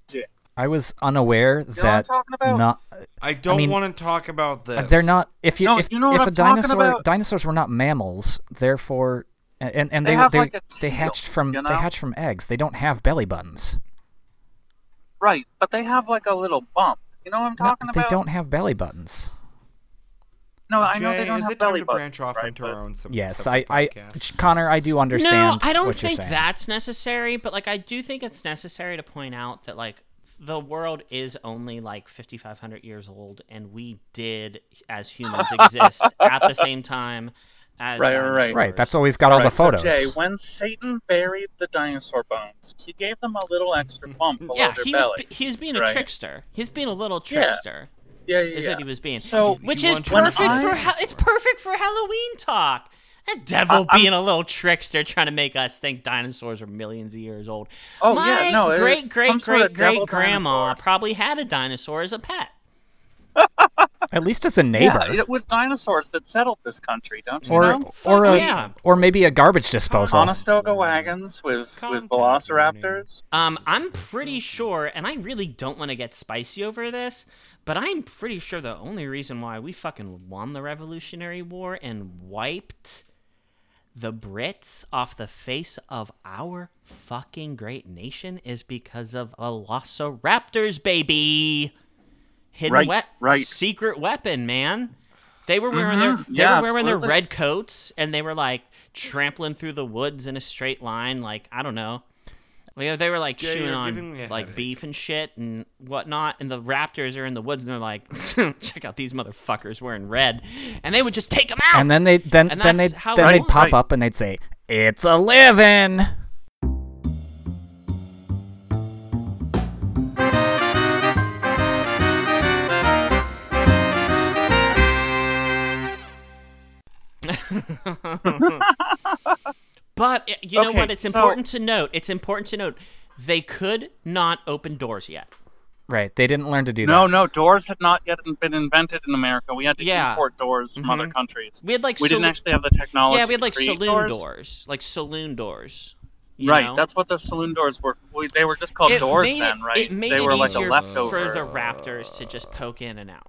Speaker 1: dick.
Speaker 2: I was unaware
Speaker 1: You know what I'm
Speaker 2: that
Speaker 1: talking about?
Speaker 2: not
Speaker 4: I don't
Speaker 2: mean,
Speaker 4: want to talk about this.
Speaker 2: Uh, They're not. If you
Speaker 1: No,
Speaker 2: if,
Speaker 1: you know what
Speaker 2: if a
Speaker 1: I'm talking
Speaker 2: dinosaur
Speaker 1: about?
Speaker 2: dinosaurs were not mammals, therefore, and and
Speaker 1: They
Speaker 2: they
Speaker 1: have
Speaker 2: they,
Speaker 1: like a
Speaker 2: they
Speaker 1: keel,
Speaker 2: hatched from
Speaker 1: you
Speaker 2: they
Speaker 1: know?
Speaker 2: hatched from eggs. They don't have belly buttons.
Speaker 1: Right, but they have like a little bump. You know what I'm
Speaker 2: No,
Speaker 1: talking
Speaker 2: they
Speaker 1: about?
Speaker 2: don't have belly buttons.
Speaker 1: No, I know
Speaker 4: Jay,
Speaker 1: they don't
Speaker 4: is
Speaker 1: have
Speaker 4: it time
Speaker 1: belly
Speaker 4: to
Speaker 1: buttons.
Speaker 4: branch off
Speaker 1: right,
Speaker 4: into
Speaker 1: but-
Speaker 4: our own sub-
Speaker 2: Yes, I,
Speaker 4: separate
Speaker 2: I
Speaker 4: podcast?
Speaker 2: Connor, I do understand.
Speaker 3: No, I don't
Speaker 2: what you're
Speaker 3: think
Speaker 2: saying.
Speaker 3: that's necessary, but like I do think it's necessary to point out that like the world is only like 5500 years old and we did as humans exist at the same time as
Speaker 1: Right, right, right.
Speaker 3: dinosaurs.
Speaker 2: Right, that's why we've got all the
Speaker 1: Right,
Speaker 2: photos.
Speaker 1: So Jay, when Satan buried the dinosaur bones, he gave them a little extra
Speaker 4: Mm.
Speaker 1: bump below
Speaker 3: yeah,
Speaker 1: their
Speaker 3: he was,
Speaker 1: belly.
Speaker 3: be- he was being a
Speaker 1: right?
Speaker 3: trickster. He's being a little
Speaker 1: Yeah.
Speaker 3: trickster.
Speaker 1: yeah, yeah,
Speaker 3: Is
Speaker 1: yeah.
Speaker 3: what he was being.
Speaker 1: So-
Speaker 3: which
Speaker 4: You
Speaker 3: is
Speaker 4: want to- When
Speaker 3: perfect for
Speaker 1: I-
Speaker 3: ha- it's perfect for Halloween talk. That devil
Speaker 1: I'm-
Speaker 3: being a little trickster, trying to make us think dinosaurs are millions of years old.
Speaker 1: Oh,
Speaker 3: My
Speaker 1: yeah, no, it-
Speaker 3: great great
Speaker 1: some
Speaker 3: great
Speaker 1: sort of
Speaker 3: great
Speaker 1: devil
Speaker 3: grandma
Speaker 1: dinosaur.
Speaker 3: probably had a dinosaur as a pet.
Speaker 2: At least as a neighbor,
Speaker 1: yeah, it was dinosaurs that settled this country, don't you
Speaker 2: or
Speaker 1: know?
Speaker 2: or
Speaker 3: Fuck
Speaker 2: a,
Speaker 3: yeah.
Speaker 2: or maybe a garbage disposal.
Speaker 1: Conestoga wagons with, with
Speaker 4: Content
Speaker 1: velociraptors.
Speaker 3: Um, I'm pretty sure, and I really don't want to get spicy over this, but I'm pretty sure the only reason why we fucking won the Revolutionary War and wiped the Brits off the face of our fucking great nation is because of Velociraptors, baby. Hidden
Speaker 1: Right,
Speaker 3: wep-
Speaker 1: right.
Speaker 3: secret weapon, man. They were
Speaker 1: Mhm,
Speaker 3: wearing their they
Speaker 1: yeah,
Speaker 3: were wearing their
Speaker 1: absolutely.
Speaker 3: red coats and they were like trampling through the woods in a straight line, like I don't know. Like, they were like
Speaker 4: Jay,
Speaker 3: chewing
Speaker 4: you're giving
Speaker 3: on
Speaker 4: me a
Speaker 3: like
Speaker 4: headache.
Speaker 3: beef and shit and whatnot, and the raptors are in the woods and they're like, check out these motherfuckers wearing red, and they would just take them out.
Speaker 2: and then they then
Speaker 3: And
Speaker 2: then they
Speaker 3: that's
Speaker 2: then
Speaker 3: how it
Speaker 2: they'd
Speaker 3: was.
Speaker 2: pop
Speaker 1: Right.
Speaker 2: up and they'd say, "It's a living."
Speaker 3: But uh, you know
Speaker 1: Okay,
Speaker 3: what? It's
Speaker 1: so-
Speaker 3: important to note. It's important to note they could not open doors yet.
Speaker 2: Right. They didn't learn to do
Speaker 1: No,
Speaker 2: that.
Speaker 1: no, doors had not yet been invented in America. We had to
Speaker 3: Yeah. Mm-hmm.
Speaker 1: import doors from other countries.
Speaker 3: We had like
Speaker 1: we didn't
Speaker 3: sal-
Speaker 1: actually have the technology.
Speaker 3: yeah, we had
Speaker 1: to
Speaker 3: like
Speaker 1: create
Speaker 3: saloon
Speaker 1: Oh, doors.
Speaker 3: doors. like saloon doors. you
Speaker 1: right,
Speaker 3: know?
Speaker 1: that's what the saloon doors were. We, they were just called
Speaker 3: It
Speaker 1: doors
Speaker 3: made
Speaker 1: then,
Speaker 3: it-
Speaker 1: right?
Speaker 3: It made
Speaker 1: they
Speaker 3: it
Speaker 1: were like a
Speaker 3: easier
Speaker 1: leftover.
Speaker 3: for the Raptors to just poke in and out.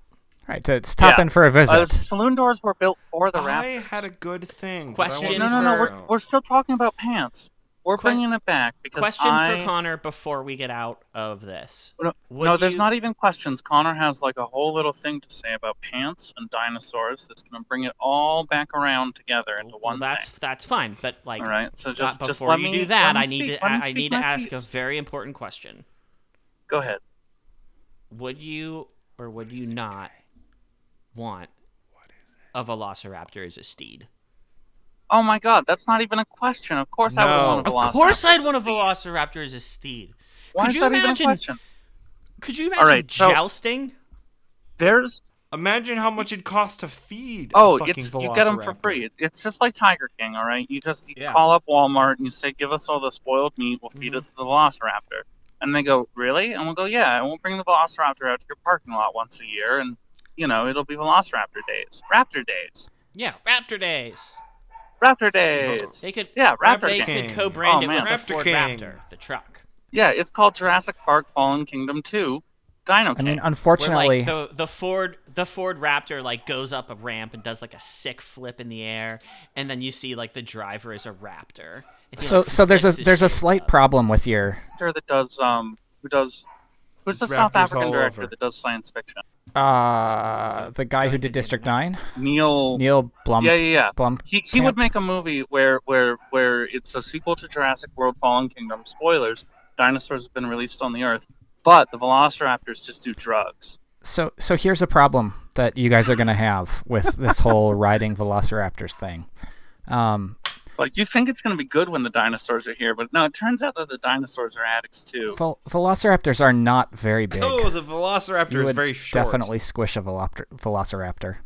Speaker 2: Right. So it's top
Speaker 1: Yeah.
Speaker 2: in for a visit.
Speaker 1: Uh, saloon doors were built for the
Speaker 4: I
Speaker 1: Raptors.
Speaker 4: had a good thing. but I
Speaker 3: Question
Speaker 4: won't
Speaker 1: No, no, no.
Speaker 3: for-
Speaker 1: We're, we're still talking about pants. We're
Speaker 3: Que-
Speaker 1: bringing it back because
Speaker 3: Question
Speaker 1: I.
Speaker 3: for Connor before we get out of this.
Speaker 1: No,
Speaker 3: Would
Speaker 1: no, there's
Speaker 3: you-
Speaker 1: not even questions. Connor has like a whole little thing to say about pants and dinosaurs that's going to bring it all back around together into one
Speaker 3: Well, that's
Speaker 1: thing.
Speaker 3: that's fine, but like
Speaker 1: all right, so just
Speaker 3: uh,
Speaker 1: just
Speaker 3: before
Speaker 1: let
Speaker 3: you
Speaker 1: me
Speaker 3: do that,
Speaker 1: let me
Speaker 3: I need
Speaker 1: speak-
Speaker 3: to
Speaker 1: let me
Speaker 3: I, I
Speaker 1: speak
Speaker 3: need to
Speaker 1: my
Speaker 3: ask a
Speaker 1: piece.
Speaker 3: very important question.
Speaker 1: Go ahead.
Speaker 3: Would you or would you not want a Velociraptor as a steed?
Speaker 1: Oh my God, that's not even a question. Of course, I
Speaker 4: No.
Speaker 1: would want a velociraptor.
Speaker 3: Of course, I'd want a
Speaker 1: Steve.
Speaker 3: Velociraptor as a steed.
Speaker 1: Why
Speaker 3: could
Speaker 1: is
Speaker 3: you
Speaker 1: that even a
Speaker 3: imagine-
Speaker 1: question?
Speaker 3: Could you
Speaker 1: All
Speaker 3: imagine
Speaker 1: right, so-
Speaker 3: jousting?
Speaker 1: There's
Speaker 4: Imagine how much it costs to feed. a
Speaker 1: oh,
Speaker 4: fucking
Speaker 1: it's you get them for
Speaker 4: velociraptor.
Speaker 1: free. It's just like Tiger King, all right. You just you
Speaker 4: Yeah. Mm-hmm.
Speaker 1: call up Walmart and you say, "Give us all the spoiled meat. We'll feed it to the Velociraptor." And they go, "Really?" And we'll go, "Yeah, and we'll bring the Velociraptor out to your parking lot once a year, and you know it'll be Velociraptor days, Raptor days,
Speaker 3: Yeah, Raptor days.
Speaker 1: Raptor days."
Speaker 3: They could
Speaker 1: Yeah, Raptor
Speaker 3: they
Speaker 1: King.
Speaker 4: King.
Speaker 3: could co-brand
Speaker 1: Oh,
Speaker 3: it
Speaker 1: man.
Speaker 3: with
Speaker 4: Raptor
Speaker 3: the Ford
Speaker 4: King.
Speaker 3: Raptor, the truck.
Speaker 1: Yeah, it's called Jurassic Park: Fallen Kingdom Two, Dino
Speaker 2: I
Speaker 1: King.
Speaker 2: mean,
Speaker 3: Where
Speaker 2: unfortunately,
Speaker 3: like the the Ford the Ford Raptor like goes up a ramp and does like a sick flip in the air, and then you see like the driver is a Raptor. And he,
Speaker 2: so
Speaker 3: like,
Speaker 2: so there's a
Speaker 3: flips his
Speaker 2: there's a
Speaker 3: shades
Speaker 2: slight
Speaker 3: up.
Speaker 2: problem with your.
Speaker 1: Actor that does um who does who's the
Speaker 4: Raptors
Speaker 1: South African
Speaker 4: all
Speaker 1: director
Speaker 4: over.
Speaker 1: that does science fiction?
Speaker 2: Uh, the guy who did District Nine,
Speaker 1: Neil.
Speaker 2: Neil
Speaker 4: um,
Speaker 2: Blum.
Speaker 1: yeah, yeah, yeah.
Speaker 2: Blum.
Speaker 1: He, he would
Speaker 2: Camp.
Speaker 1: make a movie where where where it's a sequel to Jurassic World: Fallen Kingdom. Spoilers: dinosaurs have been released on the Earth, but the Velociraptors just do drugs.
Speaker 2: So so here's a problem that you guys are gonna have with this whole riding velociraptors thing. Um,
Speaker 1: Like you think it's gonna be good when the dinosaurs are here, but no, it turns out that the dinosaurs are addicts too.
Speaker 2: vel- velociraptors are not very big.
Speaker 4: Oh, the velociraptor
Speaker 2: you
Speaker 4: is
Speaker 2: would
Speaker 4: very short.
Speaker 2: definitely squish a velopt- velociraptor.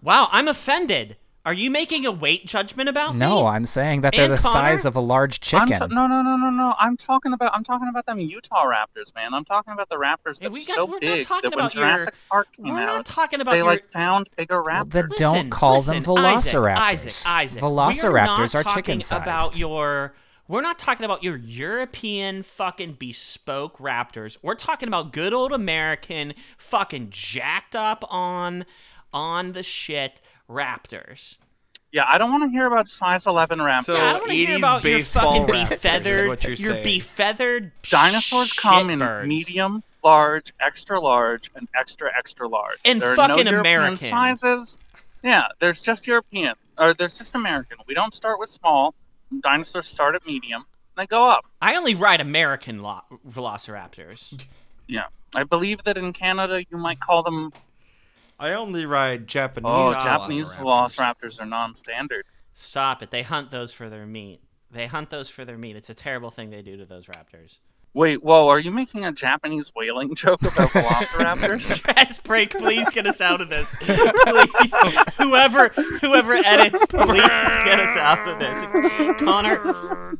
Speaker 3: Wow, I'm offended. Are you making a weight judgment about me?
Speaker 2: No, I'm saying that they're
Speaker 3: And
Speaker 2: the
Speaker 3: Connor?
Speaker 2: size of a large
Speaker 1: I'm
Speaker 2: chicken.
Speaker 1: ta- no, no, no, no, no. I'm talking about I'm talking about them Utah Raptors, man. I'm talking about the Raptors that
Speaker 3: Hey,
Speaker 1: were
Speaker 3: we got,
Speaker 1: so
Speaker 3: we're
Speaker 1: big
Speaker 3: not talking
Speaker 1: that when
Speaker 3: about
Speaker 1: Jurassic
Speaker 3: your.
Speaker 1: Park came
Speaker 3: we're
Speaker 1: out,
Speaker 3: not talking about
Speaker 1: they
Speaker 3: your.
Speaker 1: like found bigger
Speaker 2: Well,
Speaker 1: raptors.
Speaker 2: then
Speaker 3: listen,
Speaker 2: don't call
Speaker 3: listen,
Speaker 2: them velociraptors.
Speaker 3: Isaac, Isaac, Isaac. we are not
Speaker 2: Velociraptors are
Speaker 3: talking
Speaker 2: chicken sized.
Speaker 3: About your, we're not talking about your European fucking bespoke raptors. We're talking about good old American fucking jacked up on, on the shit raptors.
Speaker 1: Yeah, I don't want to hear about size 11 raptors.
Speaker 4: So-
Speaker 3: I don't want to
Speaker 4: 80s
Speaker 3: hear about your
Speaker 4: baseball
Speaker 3: fucking
Speaker 4: raptors is
Speaker 3: befeathered,
Speaker 4: what you're
Speaker 3: your
Speaker 4: saying.
Speaker 3: befeathered
Speaker 1: Dinosaurs come in
Speaker 3: shitbirds.
Speaker 1: medium, large, extra large, and extra extra large.
Speaker 3: And
Speaker 1: there are
Speaker 3: fucking
Speaker 1: no European
Speaker 3: American.
Speaker 1: sizes. Yeah, there's just European, or there's just American. We don't start with small. Dinosaurs start at medium, and they go up.
Speaker 3: I only ride American lo- velociraptors.
Speaker 1: Yeah, I believe that in Canada you might call them.
Speaker 4: I only ride Japanese.
Speaker 1: Oh, Japanese
Speaker 4: velociraptors.
Speaker 1: velociraptors are non-standard.
Speaker 3: Stop it. They hunt those for their meat. They hunt those for their meat. It's a terrible thing they do to those raptors.
Speaker 1: Wait, whoa, are you making a Japanese whaling joke about velociraptors?
Speaker 3: Press break, please get us out of this. Please. Whoever whoever edits, please get us out of this. Connor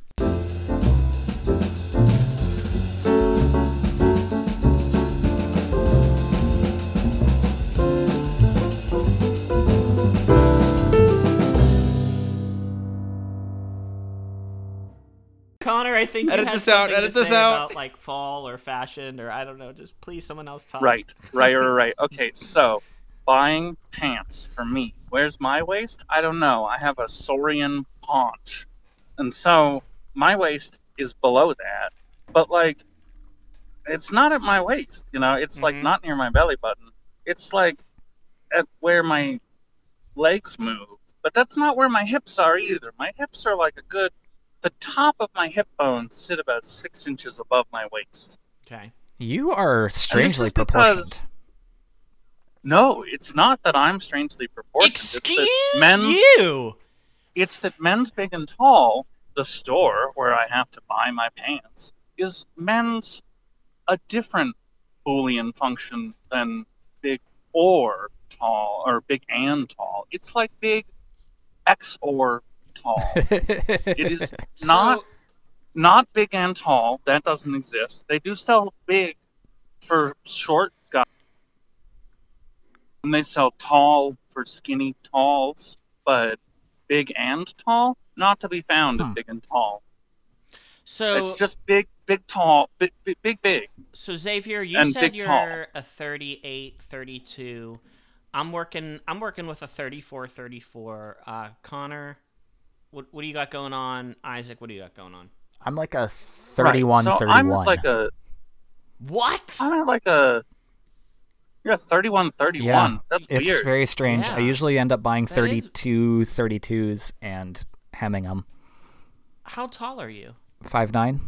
Speaker 3: Connor, I think you
Speaker 4: Edit
Speaker 3: had
Speaker 4: this out,
Speaker 3: something
Speaker 4: edit
Speaker 3: to
Speaker 4: this
Speaker 3: say
Speaker 4: out.
Speaker 3: About, like fall or fashion or I don't know. Just please, someone else talk.
Speaker 1: Right, right, right, right. Okay, so buying pants for me. Where's my waist? I don't know. I have a Saurian paunch. And so my waist is below that, but like it's not at my waist, you know, it's like
Speaker 3: Mhm.
Speaker 1: not near my belly button. It's like at where my legs move. But that's not where my hips are either. My hips are like a good the top of my hip bones sit about six inches above my waist.
Speaker 3: Okay.
Speaker 2: You are strangely
Speaker 1: is because-
Speaker 2: proportioned.
Speaker 1: No, it's not that I'm strangely proportioned.
Speaker 3: Excuse
Speaker 1: it's that men's,
Speaker 3: you.
Speaker 1: It's that men's big and tall, the store where I have to buy my pants, is men's a different Boolean function than big or tall or big and tall. It's like big XOR tall. it is not not big and tall. That doesn't exist. They do sell big for short guys, and they sell tall for skinny talls. But big and tall, not to be found
Speaker 2: Hmm.
Speaker 1: at big and tall.
Speaker 3: So,
Speaker 1: it's just big, big, tall, big, big, big. big.
Speaker 3: so Xavier, you
Speaker 1: and
Speaker 3: said
Speaker 1: big tall.
Speaker 3: you're a 38, 32. I'm working. I'm working with a 34, 34. Uh, Connor, what what do you got going on? Isaac, what do you got going on?
Speaker 2: I'm like a
Speaker 1: Right,
Speaker 2: 31
Speaker 1: so
Speaker 2: 31.
Speaker 1: I'm at like a
Speaker 3: What?
Speaker 1: I'm at like a. You're a 31 31.
Speaker 2: Yeah,
Speaker 1: That's
Speaker 2: it's
Speaker 1: weird.
Speaker 2: very strange. I
Speaker 3: Yeah.
Speaker 2: usually end up buying
Speaker 3: That is-
Speaker 2: 32 32s and hemming them.
Speaker 3: How tall are you?
Speaker 2: 5'9?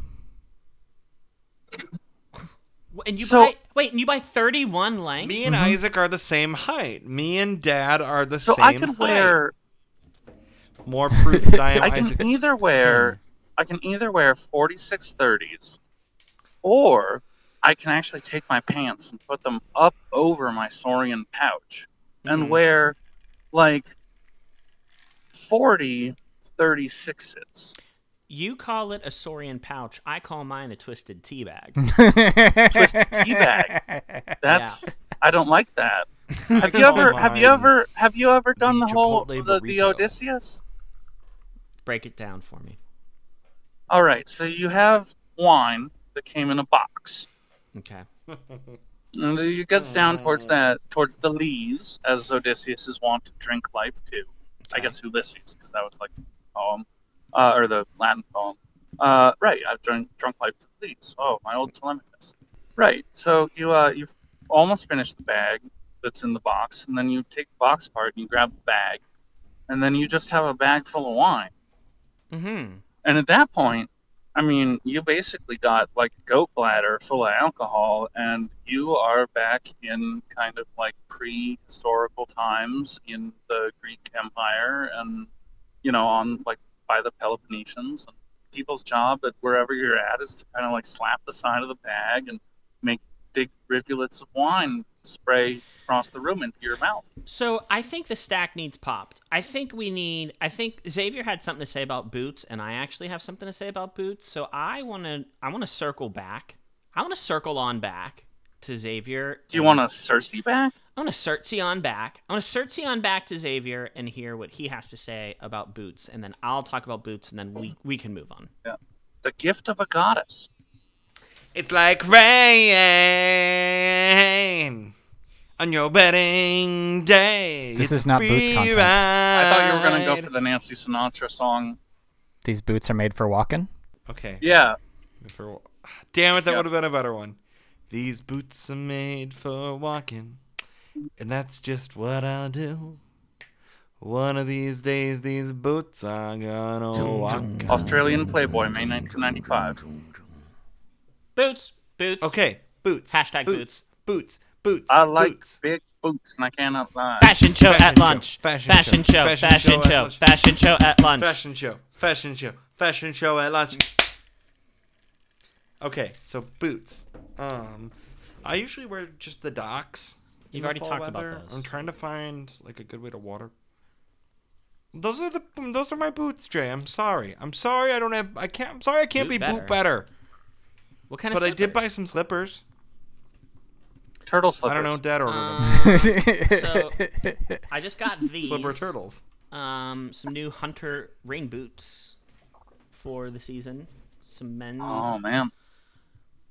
Speaker 3: Wh- And you
Speaker 1: So-
Speaker 3: buy wait, and you buy 31 length?
Speaker 4: Me and
Speaker 2: Mm-hmm.
Speaker 4: Isaac are the same height. Me and Dad are the
Speaker 1: so
Speaker 4: same.
Speaker 1: I can
Speaker 4: height.
Speaker 1: wear.
Speaker 4: more proof that I am
Speaker 1: I Hmm. can
Speaker 4: Isaac's.
Speaker 1: either wear. I can either wear 46 30s, or I can actually take my pants and put them up over my Saurian pouch and
Speaker 3: Mhm.
Speaker 1: wear like 40 36s.
Speaker 3: You call it a Saurian pouch. I call mine a twisted tea bag.
Speaker 1: Twisted teabag. That's I don't like that. Have you
Speaker 4: call
Speaker 1: ever have you
Speaker 4: mine
Speaker 1: ever have you ever done
Speaker 4: the
Speaker 1: the whole
Speaker 4: Chipotle
Speaker 1: the, the
Speaker 4: burrito.
Speaker 1: Odysseus?
Speaker 3: Break it down for me.
Speaker 1: All right, so you have wine that came in a box.
Speaker 3: Okay.
Speaker 1: And it gets down towards that towards the lees, as Odysseus is wont to drink life to. I
Speaker 3: Okay.
Speaker 1: guess Ulysses, because that was like the poem, uh, or the Latin poem. Uh, right, I've drunk drunk life to the lees. Oh, my old Telemachus. Right, so you uh, you've almost finished the bag that's in the box, and then you take the box apart and you grab the bag, and then you just have a bag full of wine.
Speaker 3: Mm-hmm.
Speaker 1: And at that point, I mean, you basically got like a goat bladder full of alcohol, and you are back in kind of like pre-historical times in the Greek Empire, and you know, on like by the Peloponnesians. And people's job at wherever you're at is to kind of like slap the side of the bag and make big rivulets of wine spray across the room into your mouth.
Speaker 3: So I think the stack needs popped. I think we need. I think Xavier had something to say about boots, and I actually have something to say about boots. So I want to. I want to circle back. I want to circle on back to Xavier.
Speaker 1: Do you want a Cersei back?
Speaker 3: I want to certsy on back. I want to certsy on back to Xavier and hear what he has to say about boots, and then I'll talk about boots, and then we we can move on.
Speaker 1: The gift of a goddess.
Speaker 4: It's like rain on your wedding day.
Speaker 2: This
Speaker 4: It's
Speaker 2: is not
Speaker 4: free
Speaker 2: Boots content.
Speaker 1: I thought you were going to go
Speaker 4: ride.
Speaker 1: for the Nancy Sinatra song.
Speaker 2: These boots are made for walking.
Speaker 4: Okay.
Speaker 1: Yeah.
Speaker 4: For- Damn it, that
Speaker 1: Yeah.
Speaker 4: would have been a better one. These boots are made for walking, and that's just what I'll do. One of these days, these boots are gonna walk.
Speaker 1: Australian Playboy, May 1995.
Speaker 3: Boots, boots.
Speaker 4: Okay, boots.
Speaker 3: Hashtag
Speaker 4: boots. Boots. Boots.
Speaker 1: I like
Speaker 4: boots.
Speaker 1: big boots and I cannot lie.
Speaker 3: Fashion show
Speaker 4: Fashion
Speaker 3: at
Speaker 4: show,
Speaker 3: lunch.
Speaker 4: fashion
Speaker 3: Fashion
Speaker 4: show,
Speaker 3: show.
Speaker 4: fashion show
Speaker 3: Fashion
Speaker 4: at
Speaker 3: show.
Speaker 4: lunch.
Speaker 3: Fashion show at lunch.
Speaker 4: Fashion show. Fashion show. Fashion show at lunch. Okay, so boots. Um, I usually wear just the docks. in
Speaker 3: You've
Speaker 4: the
Speaker 3: already
Speaker 4: fall
Speaker 3: talked about
Speaker 4: weather.
Speaker 3: those.
Speaker 4: I'm trying to find like a good way to water. Those are the those are my boots, Jay. I'm sorry. I'm sorry. I don't have. I can't. I'm sorry. I can't
Speaker 3: Boot
Speaker 4: be
Speaker 3: better.
Speaker 4: boot better.
Speaker 3: What kind
Speaker 4: But
Speaker 3: of?
Speaker 4: I did buy
Speaker 3: slippers?
Speaker 4: some slippers.
Speaker 1: Turtle slippers.
Speaker 4: I don't know. Dad ordered them.
Speaker 3: Um, so I just got these.
Speaker 4: Slipper turtles.
Speaker 3: Um, some new hunter rain boots for the season. Some men's.
Speaker 1: Oh, man.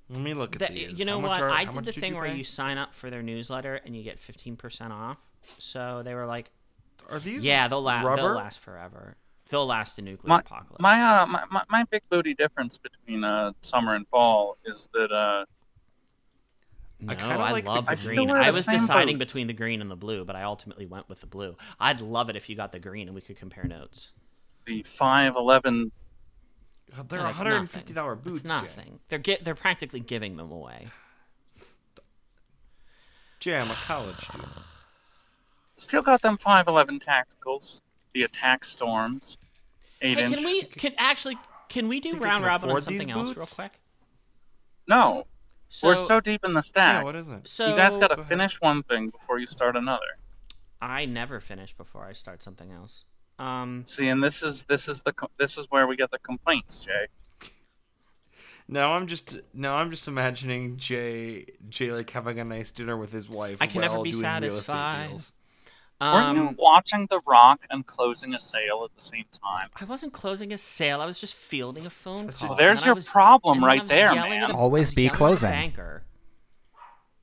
Speaker 4: Let me look at
Speaker 3: That-
Speaker 4: these.
Speaker 3: you know
Speaker 4: How much
Speaker 3: what?
Speaker 4: are-
Speaker 3: I
Speaker 4: how
Speaker 3: did
Speaker 4: much
Speaker 3: the thing where
Speaker 4: pay?
Speaker 3: you sign up for their newsletter and you get fifteen percent off. So they were like,
Speaker 4: are these.
Speaker 3: "Yeah, they'll last. They'll
Speaker 4: rubber?
Speaker 3: last forever. They'll last a nuclear
Speaker 1: My,
Speaker 3: apocalypse."
Speaker 1: my, uh, my, my, my big booty difference between uh, summer and fall is that uh,
Speaker 3: no,
Speaker 4: kinda
Speaker 3: I,
Speaker 4: like the
Speaker 3: love the,
Speaker 1: I still
Speaker 3: green.
Speaker 1: wear
Speaker 3: I
Speaker 1: the
Speaker 3: was
Speaker 1: same
Speaker 3: deciding
Speaker 1: boots.
Speaker 3: between the green and the blue, but I ultimately went with the blue. I'd love it if you got the green and we could compare notes.
Speaker 1: the 5'11
Speaker 4: They're
Speaker 3: No, it's nothing.
Speaker 4: $150 boots.
Speaker 3: It's
Speaker 4: Jay.
Speaker 3: nothing. They're get. They're practically giving them away.
Speaker 4: Jay, I'm a college student.
Speaker 1: still got them 5'11 tacticals, the attack storms, 8
Speaker 3: Hey,
Speaker 1: inch.
Speaker 3: can we can actually can we do
Speaker 4: Think I
Speaker 3: round
Speaker 4: can
Speaker 3: robin on
Speaker 4: afford these
Speaker 3: something else real
Speaker 4: boots?
Speaker 3: quick?
Speaker 1: No,
Speaker 3: So,
Speaker 1: we're so deep in the
Speaker 4: Yeah,
Speaker 1: stack.
Speaker 4: what is it?
Speaker 3: so
Speaker 1: you guys got
Speaker 4: Go
Speaker 1: to
Speaker 4: ahead.
Speaker 1: finish one thing before you start another.
Speaker 3: I never finish before I start something else. Um,
Speaker 1: See, and this is this is the co- this is where we get the complaints, Jay.
Speaker 4: Now I'm just now I'm just imagining Jay Jay like having a nice dinner with his wife.
Speaker 3: I can
Speaker 4: while
Speaker 3: never be
Speaker 4: doing real estate
Speaker 3: satisfied.
Speaker 4: deals.
Speaker 1: Weren't you
Speaker 3: um,
Speaker 1: watching The Rock and closing a sale at the same time?
Speaker 3: I wasn't closing a sale. I was just fielding a phone
Speaker 4: Such a-
Speaker 3: call.
Speaker 4: Well,
Speaker 3: and
Speaker 1: there's
Speaker 3: then I
Speaker 1: your
Speaker 3: was-
Speaker 1: problem
Speaker 3: and then I
Speaker 1: right
Speaker 3: was
Speaker 1: there,
Speaker 3: yelling at
Speaker 1: man.
Speaker 3: a- I
Speaker 2: Always
Speaker 3: was
Speaker 2: be
Speaker 3: yelling at a
Speaker 2: closing.
Speaker 3: Banker.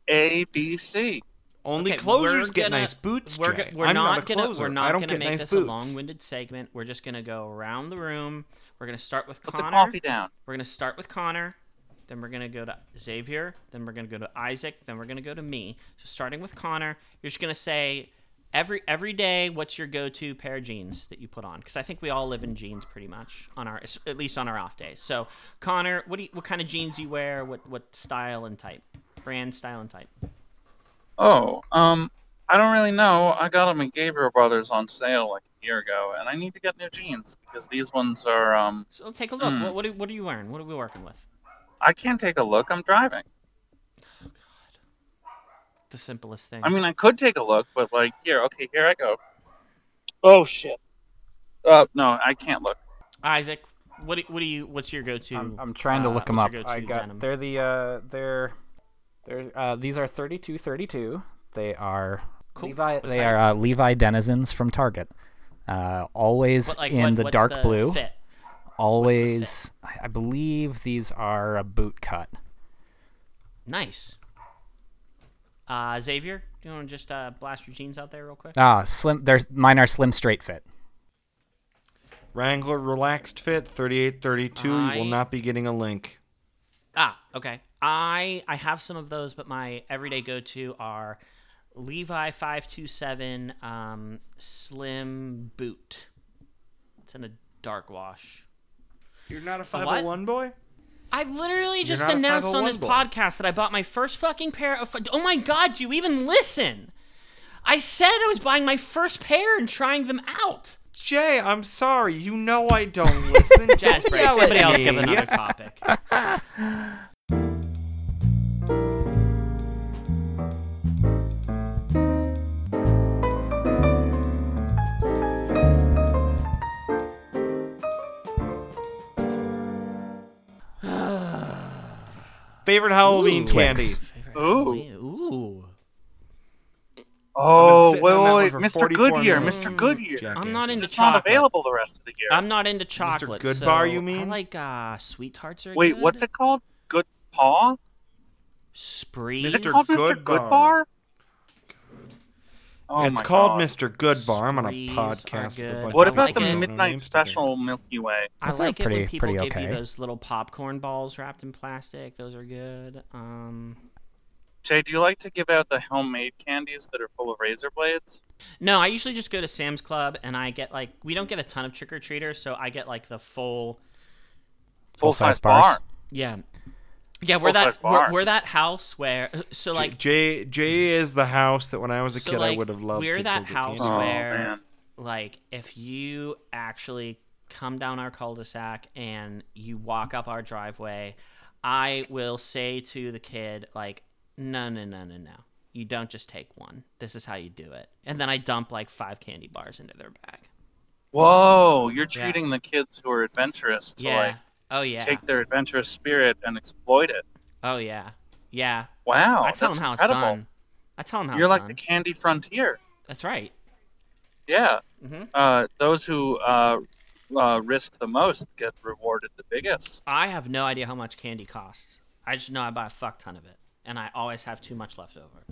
Speaker 1: A B C.
Speaker 4: Only
Speaker 3: Okay,
Speaker 4: closers
Speaker 3: we're
Speaker 4: get
Speaker 3: gonna-
Speaker 4: nice boots.
Speaker 3: We're,
Speaker 4: Jay.
Speaker 3: go- we're
Speaker 4: I'm
Speaker 3: not,
Speaker 4: not, a
Speaker 3: gonna
Speaker 4: closer.
Speaker 3: we're not
Speaker 4: I don't
Speaker 3: gonna
Speaker 4: get
Speaker 3: make
Speaker 4: nice
Speaker 3: this
Speaker 4: boots.
Speaker 3: a long-winded segment. We're just gonna go around the room. We're gonna start with
Speaker 1: Put the
Speaker 3: Connor.
Speaker 1: coffee down.
Speaker 3: We're gonna start with Connor. Then we're gonna go to Xavier. Then we're gonna go to Isaac. Then we're gonna go to me. So starting with Connor, you're just gonna say every every day, what's your go-to pair of jeans that you put on? Because I think we all live in jeans pretty much on our at least on our off days. So Connor, what do you, what kind of jeans you wear? What what style and type? Brand, style, and type.
Speaker 1: Oh, um, I don't really know. I got them at Gabriel Brothers on sale like a year ago, and I need to get new jeans because these ones are. Um,
Speaker 3: So take a look.
Speaker 1: Hmm.
Speaker 3: What what are, what are you wearing? What are we working with?
Speaker 1: I can't take a look. I'm driving.
Speaker 3: The simplest thing.
Speaker 1: I mean, I could take a look, but like, here, okay, here I go. Oh shit. Uh, no, I can't look.
Speaker 3: Isaac, what do, what do you what's your go-to?
Speaker 2: I'm, I'm trying to
Speaker 3: uh,
Speaker 2: look them
Speaker 3: what's
Speaker 2: up.
Speaker 3: your
Speaker 2: I
Speaker 3: go-to
Speaker 2: got
Speaker 3: denim?
Speaker 2: they're the uh they're they're uh these are 32 32. They are
Speaker 3: Cool.
Speaker 2: Levi
Speaker 3: What
Speaker 2: they
Speaker 3: type?
Speaker 2: are uh, Levi Denizens from Target. Uh always
Speaker 3: What, like,
Speaker 2: in
Speaker 3: what-
Speaker 2: the
Speaker 3: what's
Speaker 2: dark
Speaker 3: the
Speaker 2: blue.
Speaker 3: fit?
Speaker 2: Always I I believe these are a boot cut.
Speaker 3: Nice. Uh, Xavier, do you want to just uh, blast your jeans out there real quick?
Speaker 2: Ah, slim they're mine are slim straight fit.
Speaker 4: Wrangler relaxed fit 3832. You
Speaker 3: I-
Speaker 4: will not be getting a link.
Speaker 3: Ah, okay. I I have some of those, but my everyday go-to are Levi five two seven um, slim boot. It's in a dark wash.
Speaker 4: You're not a
Speaker 3: what?
Speaker 4: 501 boy.
Speaker 3: I literally just
Speaker 4: not a
Speaker 3: announced on this
Speaker 4: 501
Speaker 3: podcast that I bought my first fucking pair of. Oh my god, do you even listen? I said I was buying my first pair and trying them out.
Speaker 4: Jay, I'm sorry. You know I don't listen.
Speaker 3: Jazz
Speaker 4: Don't
Speaker 3: break.
Speaker 4: yell at
Speaker 3: Somebody else
Speaker 4: me.
Speaker 3: give another topic.
Speaker 4: Favorite Halloween
Speaker 2: Ooh.
Speaker 4: candy.
Speaker 2: Twix.
Speaker 1: Ooh.
Speaker 3: Ooh.
Speaker 1: Oh,
Speaker 4: sitting
Speaker 1: wait,
Speaker 4: on that
Speaker 1: wait,
Speaker 4: one
Speaker 1: wait.
Speaker 4: for
Speaker 1: Mr.
Speaker 4: 44
Speaker 1: Goodyear,
Speaker 4: minutes.
Speaker 1: Mr. Goodyear.
Speaker 4: Jackass.
Speaker 3: I'm not into
Speaker 1: It's not
Speaker 3: chocolate.
Speaker 1: available the rest of the year.
Speaker 3: I'm not into chocolate.
Speaker 4: Goodbar,
Speaker 3: so
Speaker 4: you mean?
Speaker 3: I like uh, sweet tarts. Are
Speaker 1: Wait,
Speaker 3: good.
Speaker 1: what's it called? Good Paw?
Speaker 3: Spree.
Speaker 1: Is it
Speaker 4: Mr.
Speaker 1: called Mr.
Speaker 4: Goodbar.
Speaker 1: Goodbar? Oh
Speaker 4: it's
Speaker 1: my
Speaker 4: called
Speaker 1: God.
Speaker 4: Mr. Goodbar. I'm on a
Speaker 3: Sprees are
Speaker 4: podcast with a
Speaker 3: good.
Speaker 4: bunch
Speaker 1: What
Speaker 3: I
Speaker 4: of
Speaker 1: about
Speaker 3: like
Speaker 1: the
Speaker 4: people.
Speaker 3: it.
Speaker 1: midnight special Milky Way?
Speaker 3: I
Speaker 2: Those are
Speaker 3: like it
Speaker 2: pretty-
Speaker 3: when people
Speaker 2: pretty
Speaker 3: give you
Speaker 2: okay.
Speaker 3: those little popcorn balls wrapped in plastic. Those are good. Um,
Speaker 1: Jay, do you like to give out the homemade candies that are full of razor blades?
Speaker 3: no, I usually just go to Sam's Club and I get like we don't get a ton of trick or treaters, so I get like the full
Speaker 1: Full size
Speaker 2: Full-size bars.
Speaker 1: bar.
Speaker 3: yeah. Yeah, we're that
Speaker 1: Full-size
Speaker 3: we're,
Speaker 1: bar.
Speaker 3: we're that house where so like
Speaker 4: Jay Jay is the house that when I was a
Speaker 3: So,
Speaker 4: kid I
Speaker 3: like,
Speaker 4: would have loved.
Speaker 3: we're
Speaker 4: to
Speaker 3: that
Speaker 4: go get
Speaker 3: house
Speaker 4: candy.
Speaker 1: Oh,
Speaker 3: where
Speaker 1: man.
Speaker 3: like if you actually come down our cul-de-sac and you walk up our driveway i will say to the kid like no no no no no you don't just take one this is how you do it and then i dump like five candy bars into their bag
Speaker 1: Whoa, you're
Speaker 3: Yeah.
Speaker 1: treating the kids who are adventurous to
Speaker 3: yeah
Speaker 1: like
Speaker 3: oh yeah
Speaker 1: take their adventurous spirit and exploit it.
Speaker 3: oh yeah yeah
Speaker 1: Wow,
Speaker 3: i
Speaker 1: Oh,
Speaker 3: tell
Speaker 1: that's
Speaker 3: them how
Speaker 1: incredible.
Speaker 3: it's done i tell them how
Speaker 1: You're
Speaker 3: it's
Speaker 1: like
Speaker 3: done
Speaker 1: the candy frontier.
Speaker 3: that's right
Speaker 1: Yeah.
Speaker 3: hmm
Speaker 1: Uh, those who uh, uh, risk the most get rewarded the biggest.
Speaker 3: I have no idea how much candy costs. I just know I buy a fuck ton of it, and I always have too much left over.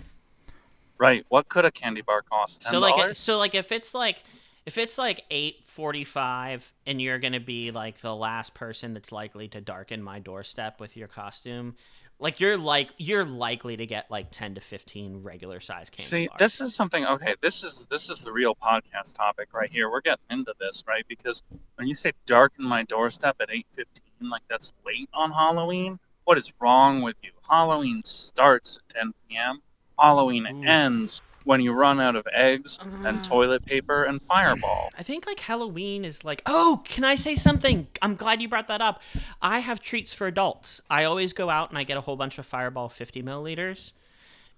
Speaker 1: Right. What could a candy bar cost? Ten
Speaker 3: So like,
Speaker 1: dollars.
Speaker 3: so like, if it's like, if it's like eight forty-five, and you're gonna be like the last person that's likely to darken my doorstep with your costume, like you're like you're likely to get like ten to fifteen regular size candy.
Speaker 1: See,
Speaker 3: bars.
Speaker 1: this is something. Okay, this is this is the real podcast topic right here. We're getting into this, right? Because when you say darken my doorstep at eight fifteen, like that's late on Halloween. What is wrong with you? Halloween starts at ten p.m. Halloween
Speaker 3: Oof.
Speaker 1: ends when you run out of eggs
Speaker 3: Ah.
Speaker 1: and toilet paper and Fireball.
Speaker 3: I think like Halloween is like, oh, can I say something? I'm glad you brought that up. I have treats for adults. I always go out and I get a whole bunch of Fireball 50 milliliters,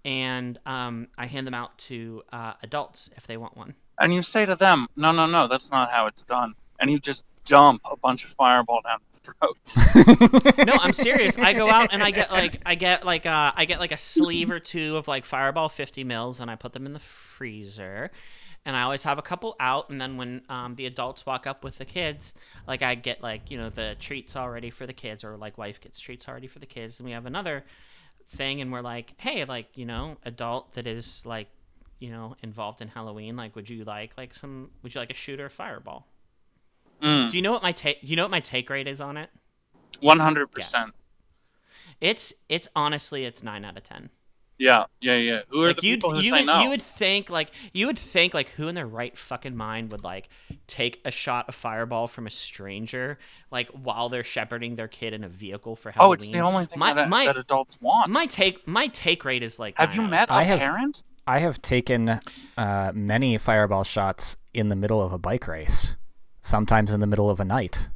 Speaker 3: and um, I hand them out to uh, adults if they want one.
Speaker 1: and you say to them, "No, no, no, that's not how it's done," and you just dump a bunch of fireball down their throats.
Speaker 3: No, I'm serious. I go out and I get like I get like uh I get like a sleeve or two of like Fireball 50 mils, and I put them in the freezer. And I always have a couple out, and then when um, the adults walk up with the kids, like I get like you know the treats already for the kids, or like wife gets treats already for the kids, and we have another thing, and we're like, hey, like you know, adult that is like you know involved in Halloween, like would you like like some would you like a shooter or fireball?
Speaker 1: Mm,
Speaker 3: Do you know what my take? You know what my take rate is on it?
Speaker 1: 100%.
Speaker 3: It's it's honestly it's nine out of ten.
Speaker 1: Yeah, yeah, yeah. Who are
Speaker 3: Like
Speaker 1: the
Speaker 3: you'd
Speaker 1: people who
Speaker 3: you
Speaker 1: say
Speaker 3: would,
Speaker 1: no?
Speaker 3: you would think like you would think like who in their right fucking mind would like take a shot of fireball from a stranger like while they're shepherding their kid in a vehicle for Halloween.
Speaker 1: oh, it's the only thing
Speaker 3: my
Speaker 1: that,
Speaker 3: my,
Speaker 1: that adults want.
Speaker 3: my take my take rate is like
Speaker 1: Have
Speaker 3: nine
Speaker 1: you
Speaker 3: out of
Speaker 1: met a
Speaker 2: I have-
Speaker 1: parent?
Speaker 2: I have taken uh, many fireball shots in the middle of a bike race, sometimes in the middle of a night,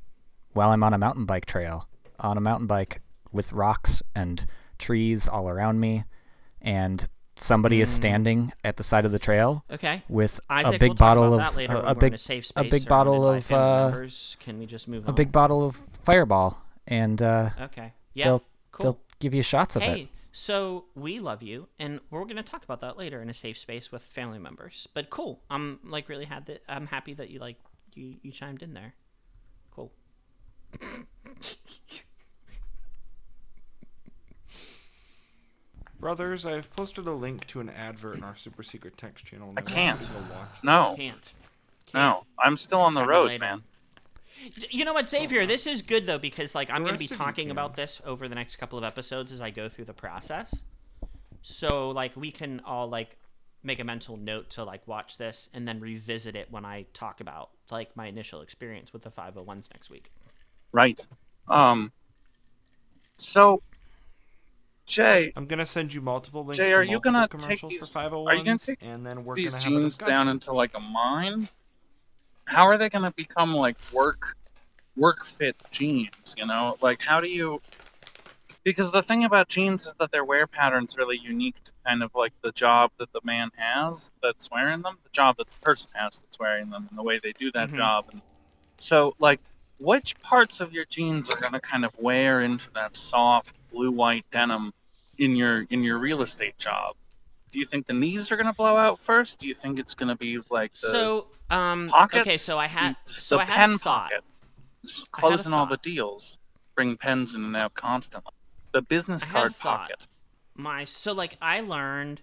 Speaker 2: while I'm on a mountain bike trail, on a mountain bike with rocks and trees all around me, and somebody is standing at the side of the trail
Speaker 3: 10. Okay.
Speaker 2: with
Speaker 3: Hmm. Isaac,
Speaker 2: a big
Speaker 3: we'll talk
Speaker 2: bottle of
Speaker 3: about
Speaker 2: uh,
Speaker 3: that later
Speaker 2: a-
Speaker 3: when
Speaker 2: a
Speaker 3: we're
Speaker 2: big
Speaker 3: in a, safe space
Speaker 2: a big
Speaker 3: surrounded
Speaker 2: bottle
Speaker 3: by
Speaker 2: of
Speaker 3: family
Speaker 2: uh,
Speaker 3: members. Can we just move
Speaker 2: a big bottle of fireball, and uh,
Speaker 3: Okay. Yeah.
Speaker 2: they'll
Speaker 3: cool.
Speaker 2: they'll give you shots of
Speaker 3: Hey,
Speaker 2: it.
Speaker 3: so we love you, and we're gonna talk about that later in a safe space with family members. But cool, I'm like really had that. I'm happy that you like you you chimed in there. Cool.
Speaker 4: Brothers, I have posted a link to an advert in our super secret text channel.
Speaker 1: I can't.
Speaker 4: To watch.
Speaker 1: No,
Speaker 3: Can't.
Speaker 1: no. I'm still on the
Speaker 3: Talk
Speaker 1: road,
Speaker 3: later.
Speaker 1: man.
Speaker 3: D- You know what, Xavier? This is good though because like I'm gonna be
Speaker 4: rest of you
Speaker 3: talking
Speaker 4: can.
Speaker 3: about this over the next couple of episodes as I go through the process. So like we can all like make a mental note to like watch this and then revisit it when I talk about like my initial experience with the 501s next week.
Speaker 1: Right. Um. So, Jay,
Speaker 4: I'm gonna send you multiple links.
Speaker 1: Jay,
Speaker 4: to
Speaker 1: are you
Speaker 4: multiple
Speaker 1: gonna take
Speaker 4: commercials
Speaker 1: these-
Speaker 4: for
Speaker 1: are you gonna
Speaker 4: 501s,
Speaker 1: take
Speaker 4: and then we're
Speaker 1: these
Speaker 4: gonna have a
Speaker 1: genes
Speaker 4: discussion.
Speaker 1: down into like a mine. How are they going to become like work, work fit genes? You know, like how do you? Because the thing about genes is that their wear pattern's really unique to kind of like the job that the man has that's wearing them, the job that the person has that's wearing them, and the way they do that
Speaker 4: Mm-hmm.
Speaker 3: Mhm.
Speaker 1: job. And so, like, which parts of your genes are going to kind of wear into that soft blue-white denim in your in your real estate job? Do you think the knees are going to blow out first? Do you think it's going to be like the
Speaker 3: so um
Speaker 1: pockets,
Speaker 3: okay so i had
Speaker 1: the
Speaker 3: so i had
Speaker 1: pen
Speaker 3: a thought
Speaker 1: pocket, s-
Speaker 3: I had a
Speaker 1: closing all the
Speaker 3: thought.
Speaker 1: deals, bring pens in and out constantly. The business
Speaker 3: I had a
Speaker 1: card
Speaker 3: thought.
Speaker 1: pocket.
Speaker 3: my so like i learned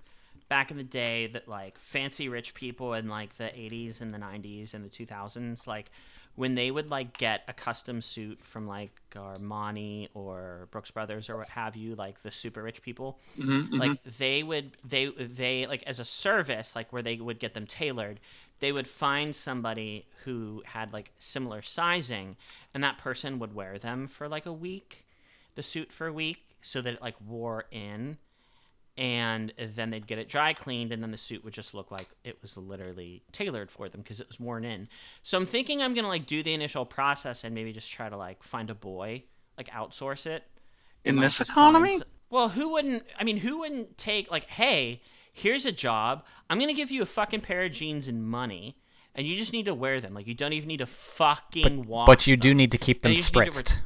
Speaker 3: back in the day that like fancy rich people in like the 80s and the 90s and the 2000s like when they would like get a custom suit from like Armani or Brooks Brothers or what have you like the super rich people
Speaker 1: Mhm, mhm.
Speaker 3: like they would they they like as a service like where they would get them tailored they would find somebody who had like similar sizing and that person would wear them for like a week the suit for a week so that it like wore in and then they'd get it dry cleaned and then the suit would just look like it was literally tailored for them because it was worn in so i'm thinking i'm gonna like do the initial process and maybe just try to like find a boy like outsource it
Speaker 1: In
Speaker 3: and, like,
Speaker 1: this
Speaker 3: just find
Speaker 1: economy?
Speaker 3: s- well who wouldn't i mean who wouldn't take like hey here's a job i'm gonna give you a fucking pair of jeans and money and you just need to wear them like you don't even need to fucking wash
Speaker 2: But you do
Speaker 3: them."
Speaker 2: need to keep them
Speaker 3: you just need to re-
Speaker 2: spritzed.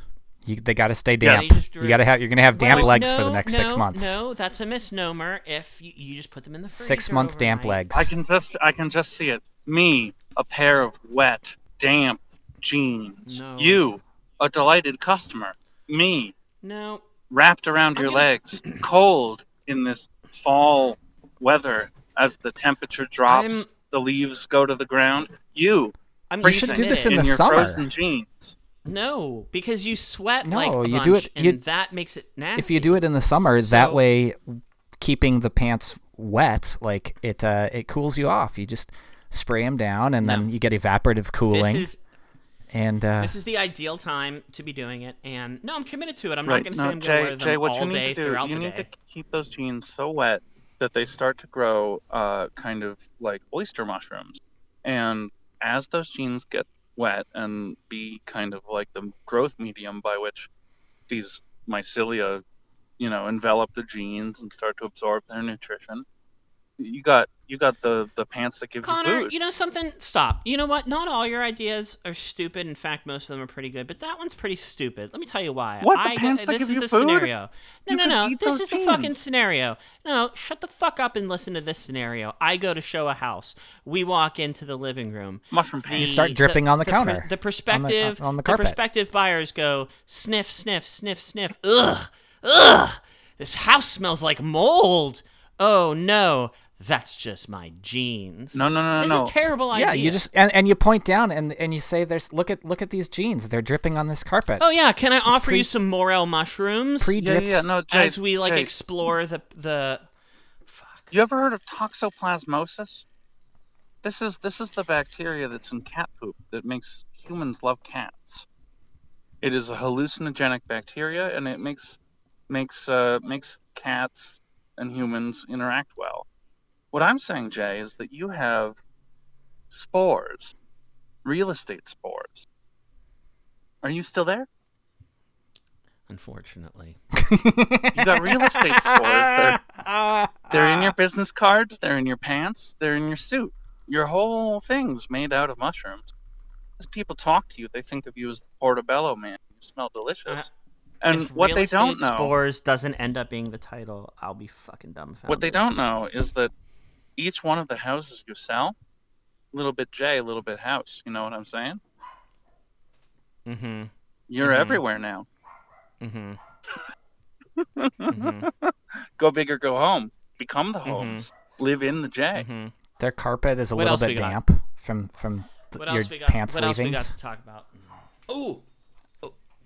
Speaker 2: You, they gotta stay
Speaker 1: Yeah,
Speaker 2: damp.
Speaker 1: you
Speaker 3: just re-
Speaker 2: You gotta have. You're gonna have damp
Speaker 3: Right,
Speaker 2: legs for
Speaker 3: no,
Speaker 2: the next six
Speaker 3: no,
Speaker 2: months.
Speaker 3: No, that's a misnomer. If you, you just put them in the freezer
Speaker 2: six month damp
Speaker 3: overnight.
Speaker 2: legs.
Speaker 1: I can just I can just see it. Me, a pair of wet, damp jeans.
Speaker 3: No.
Speaker 1: You, a delighted customer. Me,
Speaker 3: No,
Speaker 1: wrapped around
Speaker 3: I'm
Speaker 1: your
Speaker 3: gonna-
Speaker 1: legs, cold in this fall weather as the temperature drops,
Speaker 3: I'm-
Speaker 1: the leaves go to the ground. You,
Speaker 3: I'm
Speaker 2: You should do this in
Speaker 1: in
Speaker 2: the
Speaker 1: your
Speaker 2: summer.
Speaker 1: frozen jeans.
Speaker 3: No, because you sweat
Speaker 2: No,
Speaker 3: like a
Speaker 2: you do
Speaker 3: bunch,
Speaker 2: it- you-
Speaker 3: and that makes it nasty.
Speaker 2: If you do it in the summer, that
Speaker 3: So-
Speaker 2: way, keeping the pants wet, like it, uh, it cools you off. You just spray them down, and then you get evaporative
Speaker 3: this
Speaker 2: cooling.
Speaker 3: is
Speaker 2: and uh,
Speaker 3: this is the ideal time to be doing it. And no, I'm committed to it. I'm not
Speaker 1: right.
Speaker 3: going to
Speaker 1: No,
Speaker 3: say I'm
Speaker 1: Jay,
Speaker 3: going to wear them
Speaker 1: Jay, what
Speaker 3: all
Speaker 1: you
Speaker 3: day
Speaker 1: need to do,
Speaker 3: throughout
Speaker 1: you
Speaker 3: the
Speaker 1: need
Speaker 3: day.
Speaker 1: to keep those jeans so wet that they start to grow uh, kind of like oyster mushrooms. And as those jeans get wet and be kind of like the growth medium by which these mycelia, you know, envelop the genes and start to absorb their nutrition, you got you got the the pants that give you
Speaker 3: Connor,
Speaker 1: food.
Speaker 3: you know something? Stop. You know what? Not all your ideas are stupid. In fact, most of them are pretty good. But that one's pretty stupid. Let me tell you why.
Speaker 1: What? The
Speaker 3: I,
Speaker 1: pants that
Speaker 3: this
Speaker 1: give
Speaker 3: is
Speaker 1: you
Speaker 3: a
Speaker 1: food?
Speaker 3: scenario. No,
Speaker 1: You
Speaker 3: no,
Speaker 1: could
Speaker 3: no.
Speaker 1: eat
Speaker 3: This
Speaker 1: those
Speaker 3: is a fucking
Speaker 1: jeans.
Speaker 3: scenario. No, shut the fuck up and listen to this scenario. I go to show a house. We walk into the living room.
Speaker 1: Mushroom
Speaker 3: The-
Speaker 1: pants.
Speaker 2: You start dripping on the
Speaker 3: per-
Speaker 2: counter, on the-
Speaker 3: the perspective
Speaker 2: on the carpet.
Speaker 3: prospective buyers go sniff, sniff, sniff, sniff. Ugh, ugh. This house smells like mold. Oh no, that's just my jeans.
Speaker 1: No, no, no, no,
Speaker 3: This
Speaker 1: no.
Speaker 3: is a terrible idea.
Speaker 2: Yeah, you just and, and you point down and and you say, "There's look at look at these jeans. They're dripping on this carpet."
Speaker 3: Oh yeah, can I offer
Speaker 2: pre-
Speaker 3: you some morel mushrooms
Speaker 2: Pre-
Speaker 1: yeah, yeah, yeah,
Speaker 2: dipped
Speaker 1: no, Jay,
Speaker 3: as we like
Speaker 1: Jay,
Speaker 3: explore the the?
Speaker 1: You ever heard of toxoplasmosis? This is this is the bacteria that's in cat poop that makes humans love cats. It is a hallucinogenic bacteria, and it makes makes uh, makes cats and humans interact well. What I'm saying, Jay, is that you have spores, real estate spores. Are you still there?
Speaker 3: Unfortunately,
Speaker 1: You got real estate spores. They're, they're in your business cards. They're in your pants. They're in your suit. Your whole thing's made out of mushrooms. As people talk to you, they think of you as the portobello man. You smell delicious. and
Speaker 3: Uh, if
Speaker 1: what
Speaker 3: real
Speaker 1: they
Speaker 3: estate
Speaker 1: don't know,
Speaker 3: spores doesn't end up being the title, I'll be fucking dumbfounded.
Speaker 1: what they don't know is that each one of the houses you sell, little bit J, little bit house. You know what I'm saying?
Speaker 3: Mm-hmm.
Speaker 1: You're
Speaker 3: Mhm.
Speaker 1: everywhere now.
Speaker 3: Mm-hmm. mm-hmm.
Speaker 1: Go big or go home. Become the homes. Live in the J.
Speaker 3: Mm-hmm.
Speaker 2: Their carpet is a
Speaker 3: What
Speaker 2: little
Speaker 3: else we
Speaker 2: bit
Speaker 3: got?
Speaker 2: damp from from th-
Speaker 3: What
Speaker 2: your
Speaker 3: else we got?
Speaker 2: pants
Speaker 3: what else we got
Speaker 2: leavings.
Speaker 3: to talk about?
Speaker 4: Ooh.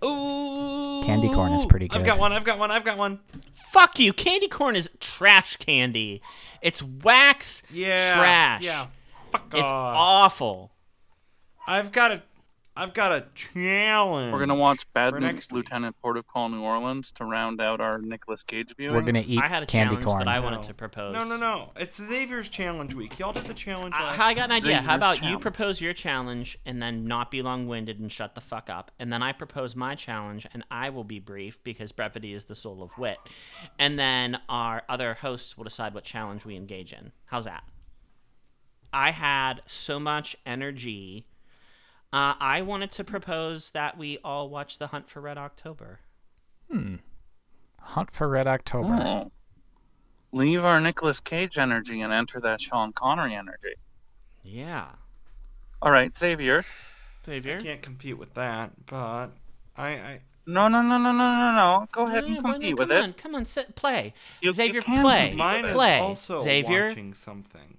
Speaker 4: Ooh.
Speaker 2: Candy corn is pretty
Speaker 4: I've
Speaker 2: good.
Speaker 4: got one. I've got one. I've got one.
Speaker 3: Fuck you! Candy corn is trash candy. It's wax
Speaker 4: Yeah.
Speaker 3: trash.
Speaker 4: Yeah. Fuck
Speaker 3: It's
Speaker 4: off.
Speaker 3: awful.
Speaker 4: I've got a. I've got a challenge.
Speaker 1: We're gonna watch Bad
Speaker 4: For
Speaker 1: News
Speaker 4: next week.
Speaker 1: Lieutenant Port of Call New Orleans to round out our Nicolas Cage viewing.
Speaker 2: We're gonna eat
Speaker 3: I had a
Speaker 2: candy
Speaker 3: challenge
Speaker 2: corn.
Speaker 3: that I
Speaker 4: No.
Speaker 3: wanted to propose.
Speaker 4: No, no, no. It's Xavier's challenge week. Y'all did the challenge.
Speaker 3: I,
Speaker 4: last
Speaker 3: how I got an idea. How
Speaker 1: Xavier's
Speaker 3: about you
Speaker 1: challenge.
Speaker 3: propose your challenge and then not be long winded and shut the fuck up? And then I propose my challenge and I will be brief because brevity is the soul of wit. And then our other hosts will decide what challenge we engage in. How's that? I had so much energy. Uh, I wanted to propose that we all watch The Hunt for Red October.
Speaker 2: Hunt for Red October.
Speaker 1: Oh. Leave our Nicolas Cage energy and enter that Sean Connery energy.
Speaker 3: Yeah.
Speaker 1: All right, Xavier.
Speaker 3: Xavier?
Speaker 4: I can't compete with that, but I, I
Speaker 1: No, no, no, no, no, no, no. Go ahead and
Speaker 3: Yeah, why not?
Speaker 1: compete with
Speaker 3: come
Speaker 1: it.
Speaker 3: on, come on, sit, play.
Speaker 1: You- you
Speaker 3: Xavier,
Speaker 1: can
Speaker 3: play.
Speaker 1: compete.
Speaker 4: mine is
Speaker 3: play.
Speaker 4: also
Speaker 3: Xavier,
Speaker 4: watching something.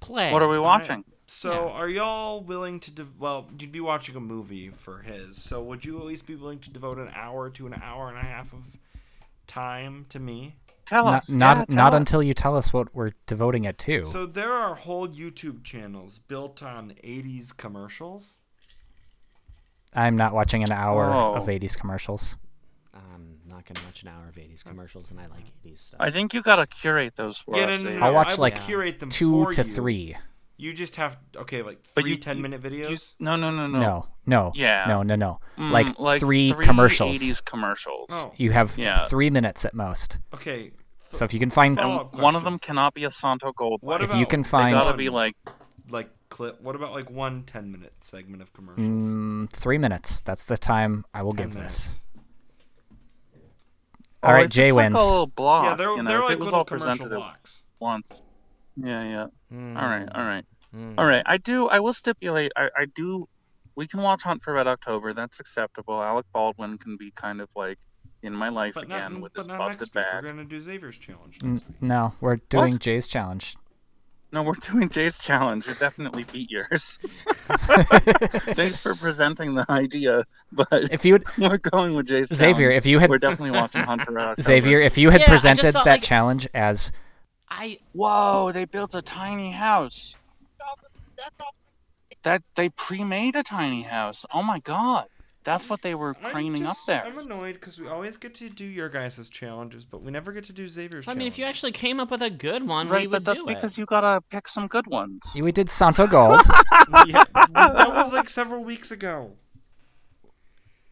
Speaker 3: play.
Speaker 1: What are we watching?
Speaker 4: So,
Speaker 3: Yeah.
Speaker 4: are y'all willing to? De- well, you'd be watching a movie for his. So, would you at least be willing to devote an hour to an hour and a half of time to me?
Speaker 1: Tell
Speaker 2: Not
Speaker 1: us.
Speaker 2: not,
Speaker 1: Yeah, tell
Speaker 2: not
Speaker 1: us.
Speaker 2: until you tell us what we're devoting it to.
Speaker 4: So, there are whole YouTube channels built on '80s commercials.
Speaker 2: I'm not watching an hour
Speaker 1: Oh.
Speaker 2: of 80s commercials.
Speaker 3: I'm Um, not gonna watch an hour of '80s commercials, and I like '80s stuff.
Speaker 1: I think you gotta curate those for
Speaker 4: Yeah, no,
Speaker 1: us.
Speaker 4: no, no,
Speaker 1: Xavier.
Speaker 4: no,
Speaker 2: I'll watch,
Speaker 4: I will
Speaker 2: like,
Speaker 4: curate them
Speaker 2: Two
Speaker 4: for
Speaker 2: to
Speaker 4: you.
Speaker 2: three.
Speaker 4: You just have okay, like
Speaker 1: But
Speaker 4: three
Speaker 1: you-
Speaker 4: 10 minute
Speaker 1: You-
Speaker 4: videos.
Speaker 1: no, no, no, no.
Speaker 2: No, no,
Speaker 1: Yeah.
Speaker 2: no, no, no.
Speaker 1: Mm,
Speaker 2: like, three,
Speaker 1: three
Speaker 2: commercials.
Speaker 1: 80s commercials.
Speaker 4: Oh,
Speaker 2: You have
Speaker 1: Yeah.
Speaker 2: three minutes at most.
Speaker 4: okay.
Speaker 2: So if you can find,
Speaker 4: Oh,
Speaker 1: And one of
Speaker 4: question.
Speaker 1: them cannot be a Santo Gold.
Speaker 4: What
Speaker 2: if
Speaker 4: about
Speaker 2: you can
Speaker 1: they
Speaker 2: find
Speaker 1: gotta
Speaker 4: one-
Speaker 1: be like
Speaker 4: like clip? What about like one 10 minute segment of commercials?
Speaker 2: mm, three minutes, that's the time I will
Speaker 4: 10
Speaker 2: give this.
Speaker 4: minutes.
Speaker 2: All right,
Speaker 1: if
Speaker 2: Jay
Speaker 1: Oh, it's
Speaker 2: wins.
Speaker 1: Like a little block,
Speaker 4: yeah, they're,
Speaker 1: Ah, you know,
Speaker 4: they're
Speaker 1: if
Speaker 4: like
Speaker 1: it was
Speaker 4: little
Speaker 1: all
Speaker 4: commercial
Speaker 1: presented at
Speaker 4: blocks. Mm-hmm.
Speaker 1: once. Yeah, yeah.
Speaker 4: Hmm.
Speaker 1: All right, all right,
Speaker 2: Mm.
Speaker 1: all right. I do. I will stipulate. I, I do. We can watch Hunt for Red October. That's acceptable. Alec Baldwin can be kind of like in my life
Speaker 4: But
Speaker 1: again
Speaker 4: not,
Speaker 1: with
Speaker 4: but
Speaker 1: his
Speaker 4: not
Speaker 1: busted
Speaker 4: next week.
Speaker 1: back.
Speaker 4: We're gonna do Xavier's challenge.
Speaker 2: N-
Speaker 4: next week.
Speaker 2: No, we're doing
Speaker 1: What?
Speaker 2: Jay's challenge.
Speaker 1: No, we're doing Jay's challenge. It definitely beat yours. Thanks for presenting the idea, but
Speaker 2: If you, would
Speaker 1: we're going with Jay's
Speaker 2: Xavier,
Speaker 1: challenge.
Speaker 2: if you had-
Speaker 1: we're definitely watching Hunt for Red October.
Speaker 2: Xavier, if you had
Speaker 3: Yeah, I just
Speaker 2: presented
Speaker 3: thought,
Speaker 2: that
Speaker 3: like-
Speaker 2: challenge as
Speaker 3: I
Speaker 1: Whoa, they built a tiny house. That they pre-made a tiny house. Oh my god. That's what they were
Speaker 4: I'm
Speaker 1: craning
Speaker 4: just-
Speaker 1: up there.
Speaker 4: I'm annoyed because we always get to do your guys' challenges, but we never get to do Xavier's.
Speaker 3: I mean, if you
Speaker 4: challenge.
Speaker 3: actually came up with a good one, we
Speaker 1: Right, but
Speaker 3: would
Speaker 1: that's
Speaker 3: do
Speaker 1: because
Speaker 3: it.
Speaker 1: you gotta pick some good ones.
Speaker 2: we did Santo Gold,
Speaker 4: Yeah, that was like several weeks ago.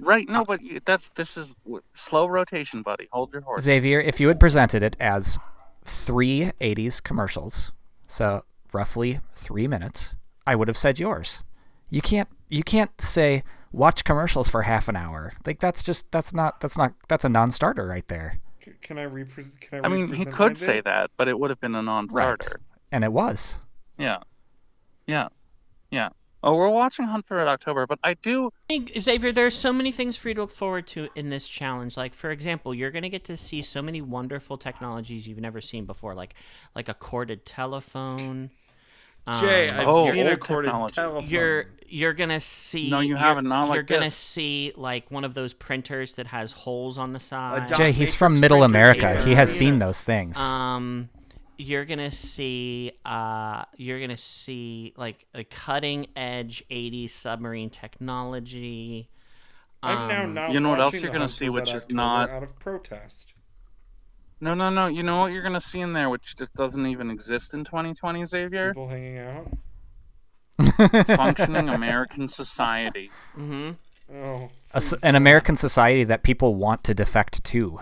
Speaker 1: Right? No, but you- that's this is w- slow rotation, buddy. Hold your horse.
Speaker 2: Xavier, if you had presented it as three 80s commercials, so roughly three minutes, I would have said yours. You can't you can't say watch commercials for half an hour. Like that's just that's not that's not that's a non-starter right there.
Speaker 4: C- Can I represent? Can I?
Speaker 1: I mean, he
Speaker 4: represent my
Speaker 1: could
Speaker 4: bid?
Speaker 1: say that, but it would have been a non-starter.
Speaker 2: And it was.
Speaker 1: Yeah, yeah, yeah. Oh, we're watching Hunt for Red October, but I do.
Speaker 3: think, Xavier, there are so many things for you to look forward to in this challenge. Like, for example, you're going to get to see so many wonderful technologies you've never seen before, like like a corded telephone. Um,
Speaker 4: Jay, I've
Speaker 1: Oh,
Speaker 4: seen a
Speaker 1: old
Speaker 4: corded
Speaker 1: technology.
Speaker 4: telephone.
Speaker 3: you're you're gonna see.
Speaker 1: No, you
Speaker 3: you're-
Speaker 1: haven't, not like
Speaker 3: You're gonna
Speaker 1: this.
Speaker 3: see like one of those printers that has holes on the side.
Speaker 4: Doc
Speaker 2: Jay, he's from
Speaker 4: Matrix
Speaker 2: Middle
Speaker 4: Breaker
Speaker 2: America.
Speaker 3: Jr.
Speaker 2: He has
Speaker 4: Jr.
Speaker 2: seen those things.
Speaker 3: Um, you're gonna see uh, you're gonna see like a cutting edge '80s submarine technology.
Speaker 4: I'm now
Speaker 3: Um,
Speaker 4: not
Speaker 1: You know what else
Speaker 4: watching
Speaker 1: you're
Speaker 4: The
Speaker 1: gonna
Speaker 4: Hunt
Speaker 1: see,
Speaker 4: for
Speaker 1: which
Speaker 4: Red
Speaker 1: is
Speaker 4: October
Speaker 1: not-
Speaker 4: out of protest.
Speaker 1: No, no, no. You know what you're gonna see in there, which just doesn't even exist in 2020, Xavier.
Speaker 4: People hanging out.
Speaker 1: Functioning American society.
Speaker 3: Mm-hmm.
Speaker 4: Oh,
Speaker 2: A s an American society that people want to defect to.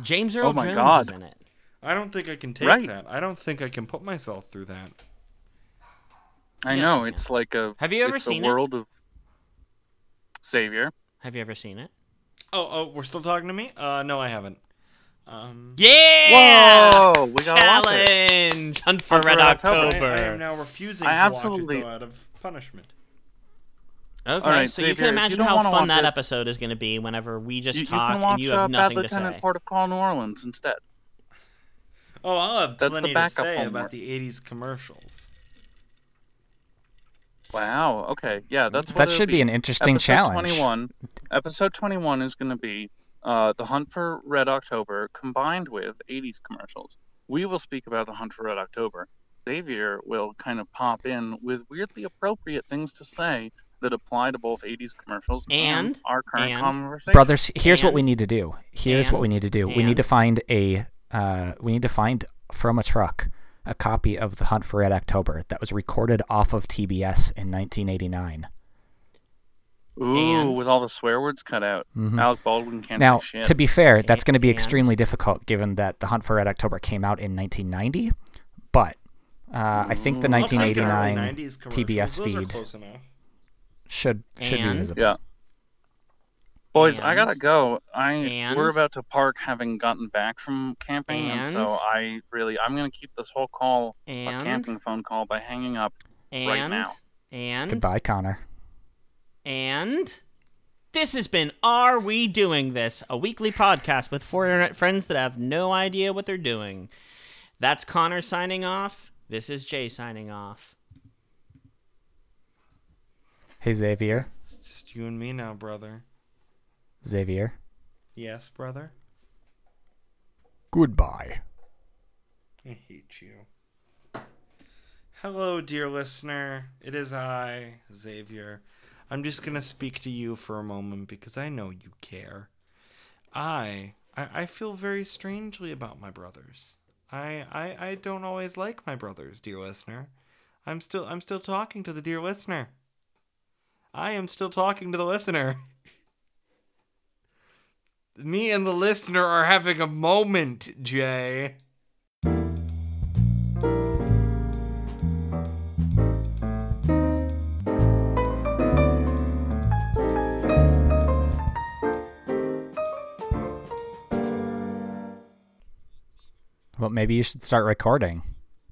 Speaker 3: James Earl
Speaker 1: Oh my
Speaker 3: Jones is
Speaker 1: God.
Speaker 3: in it.
Speaker 4: I don't think I can take
Speaker 1: Right.
Speaker 4: that. I don't think I can put myself through that.
Speaker 1: I
Speaker 3: Yes,
Speaker 1: know
Speaker 3: you
Speaker 1: it's like a.
Speaker 3: Have you ever
Speaker 1: it's
Speaker 3: seen it?
Speaker 1: a world of Xavier?
Speaker 3: Have you ever seen it?
Speaker 4: Oh, oh, we're still talking to me? Uh, no, I haven't. Um,
Speaker 3: Yeah!
Speaker 1: Whoa! We gotta watch it.
Speaker 3: Challenge! Hunt for Red
Speaker 1: October.
Speaker 4: I,
Speaker 3: October.
Speaker 4: I am now refusing
Speaker 1: I
Speaker 4: to
Speaker 1: absolutely-
Speaker 4: watch it though, out of punishment.
Speaker 3: Okay,
Speaker 1: All right,
Speaker 3: so
Speaker 1: Xavier,
Speaker 3: you
Speaker 1: if you
Speaker 3: can imagine
Speaker 1: don't
Speaker 3: how
Speaker 1: wanna watch
Speaker 3: fun that
Speaker 1: it-
Speaker 3: episode is going to be whenever we just
Speaker 1: You, you
Speaker 3: talk
Speaker 1: can watch
Speaker 3: and you
Speaker 1: uh,
Speaker 3: have
Speaker 1: Bad
Speaker 3: nothing to say.
Speaker 1: Lieutenant Port of Call New Orleans instead.
Speaker 4: Oh, I'll have
Speaker 1: That's the
Speaker 4: plenty to
Speaker 1: backup
Speaker 4: say about
Speaker 1: homework.
Speaker 4: the '80s commercials.
Speaker 1: Wow. Okay.
Speaker 3: Mm-hmm.
Speaker 1: Yeah, that's what
Speaker 2: That
Speaker 1: it'll
Speaker 2: should be an interesting
Speaker 1: episode
Speaker 2: challenge.
Speaker 1: 21 episode 21 is going to be uh, the hunt for red october combined with 80s commercials we will speak about the hunt for red october xavier will kind of pop in with weirdly appropriate things to say that apply to both 80s commercials and,
Speaker 3: And-
Speaker 1: our current
Speaker 3: and-
Speaker 1: conversation
Speaker 2: Brothers, here's what
Speaker 3: And-
Speaker 2: we need to do. Here's what we
Speaker 3: and-
Speaker 2: need to do. We
Speaker 3: and-
Speaker 2: need to find a uh, we need to find from a truck a copy of The Hunt for Red October that was recorded off of TBS in 1989.
Speaker 1: ooh
Speaker 3: and-
Speaker 1: with all the swear words cut out alec baldwin can't
Speaker 2: Mm-hmm. Now,
Speaker 1: say shit
Speaker 2: to be fair, that's
Speaker 3: Okay,
Speaker 2: going to be
Speaker 3: and-
Speaker 2: extremely difficult given that The Hunt for Red October came out in 1990, but uh, I think the
Speaker 1: Ooh, I'll
Speaker 4: I'll take an early
Speaker 2: 1989
Speaker 4: 90s commercials.
Speaker 2: TBS
Speaker 4: Those are
Speaker 2: feed
Speaker 4: close enough.
Speaker 2: should should
Speaker 3: And-
Speaker 2: be visible.
Speaker 1: yeah Boys, I
Speaker 3: And-
Speaker 1: gotta go. I
Speaker 3: and-
Speaker 1: we're about to park, having gotten back from camping, and, so
Speaker 3: And-
Speaker 1: I really I'm gonna keep this whole call a
Speaker 3: And-
Speaker 1: camping phone call by hanging up.
Speaker 3: and,
Speaker 1: right now.
Speaker 3: And,
Speaker 2: Goodbye, Connor.
Speaker 3: and this has been Are We Doing This? A weekly podcast with four internet friends that have no idea what they're doing. That's Connor signing off. This is Jay signing off.
Speaker 2: Hey, Xavier.
Speaker 4: It's just you and me now, brother.
Speaker 2: Xavier.
Speaker 4: Yes, brother.
Speaker 2: Goodbye.
Speaker 4: I hate you. Hello, dear listener. It is I, Xavier. I'm just gonna speak to you for a moment because I know you care. I I, I feel very strangely about my brothers. I, I I don't always like my brothers, dear listener. I'm still I'm still talking to the dear listener. I am still talking to the listener. Me and the listener are having a moment, Jay.
Speaker 2: Well, maybe you should start recording.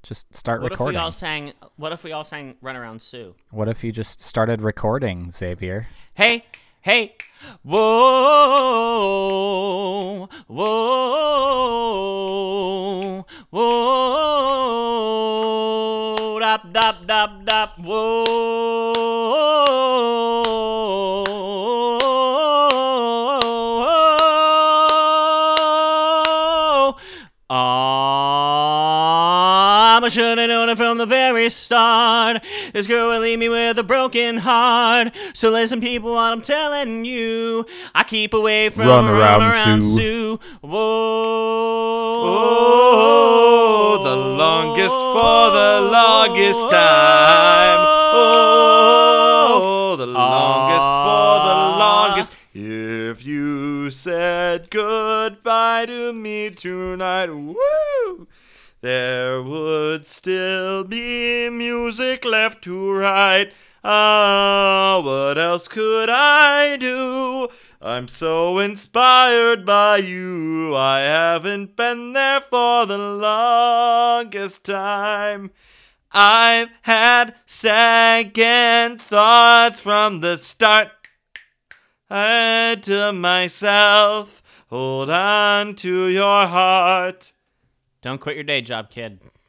Speaker 2: Just start
Speaker 3: What
Speaker 2: recording.
Speaker 3: if we all sang? What if we all sang "Run Around Sue"?
Speaker 2: What if you just started recording, Xavier?
Speaker 3: Hey, hey, whoa, whoa, whoa, dop, dop, dop, dop, whoa. Um, I should have known it from the very start. This girl will leave me with a broken heart. So listen, people, what I'm telling you. I keep away from
Speaker 2: Run
Speaker 3: run around,
Speaker 2: around, Sue.
Speaker 3: Sue. Whoa.
Speaker 4: Oh, the longest for the longest time. Oh, the longest for the longest. If you You said goodbye to me tonight. Woo! There would still be music left to write. Ah, what else could I do? I'm so inspired by you. I haven't been there for the longest time. I've had second thoughts from the start. I to myself, hold on to your heart.
Speaker 3: Don't quit your day job, kid.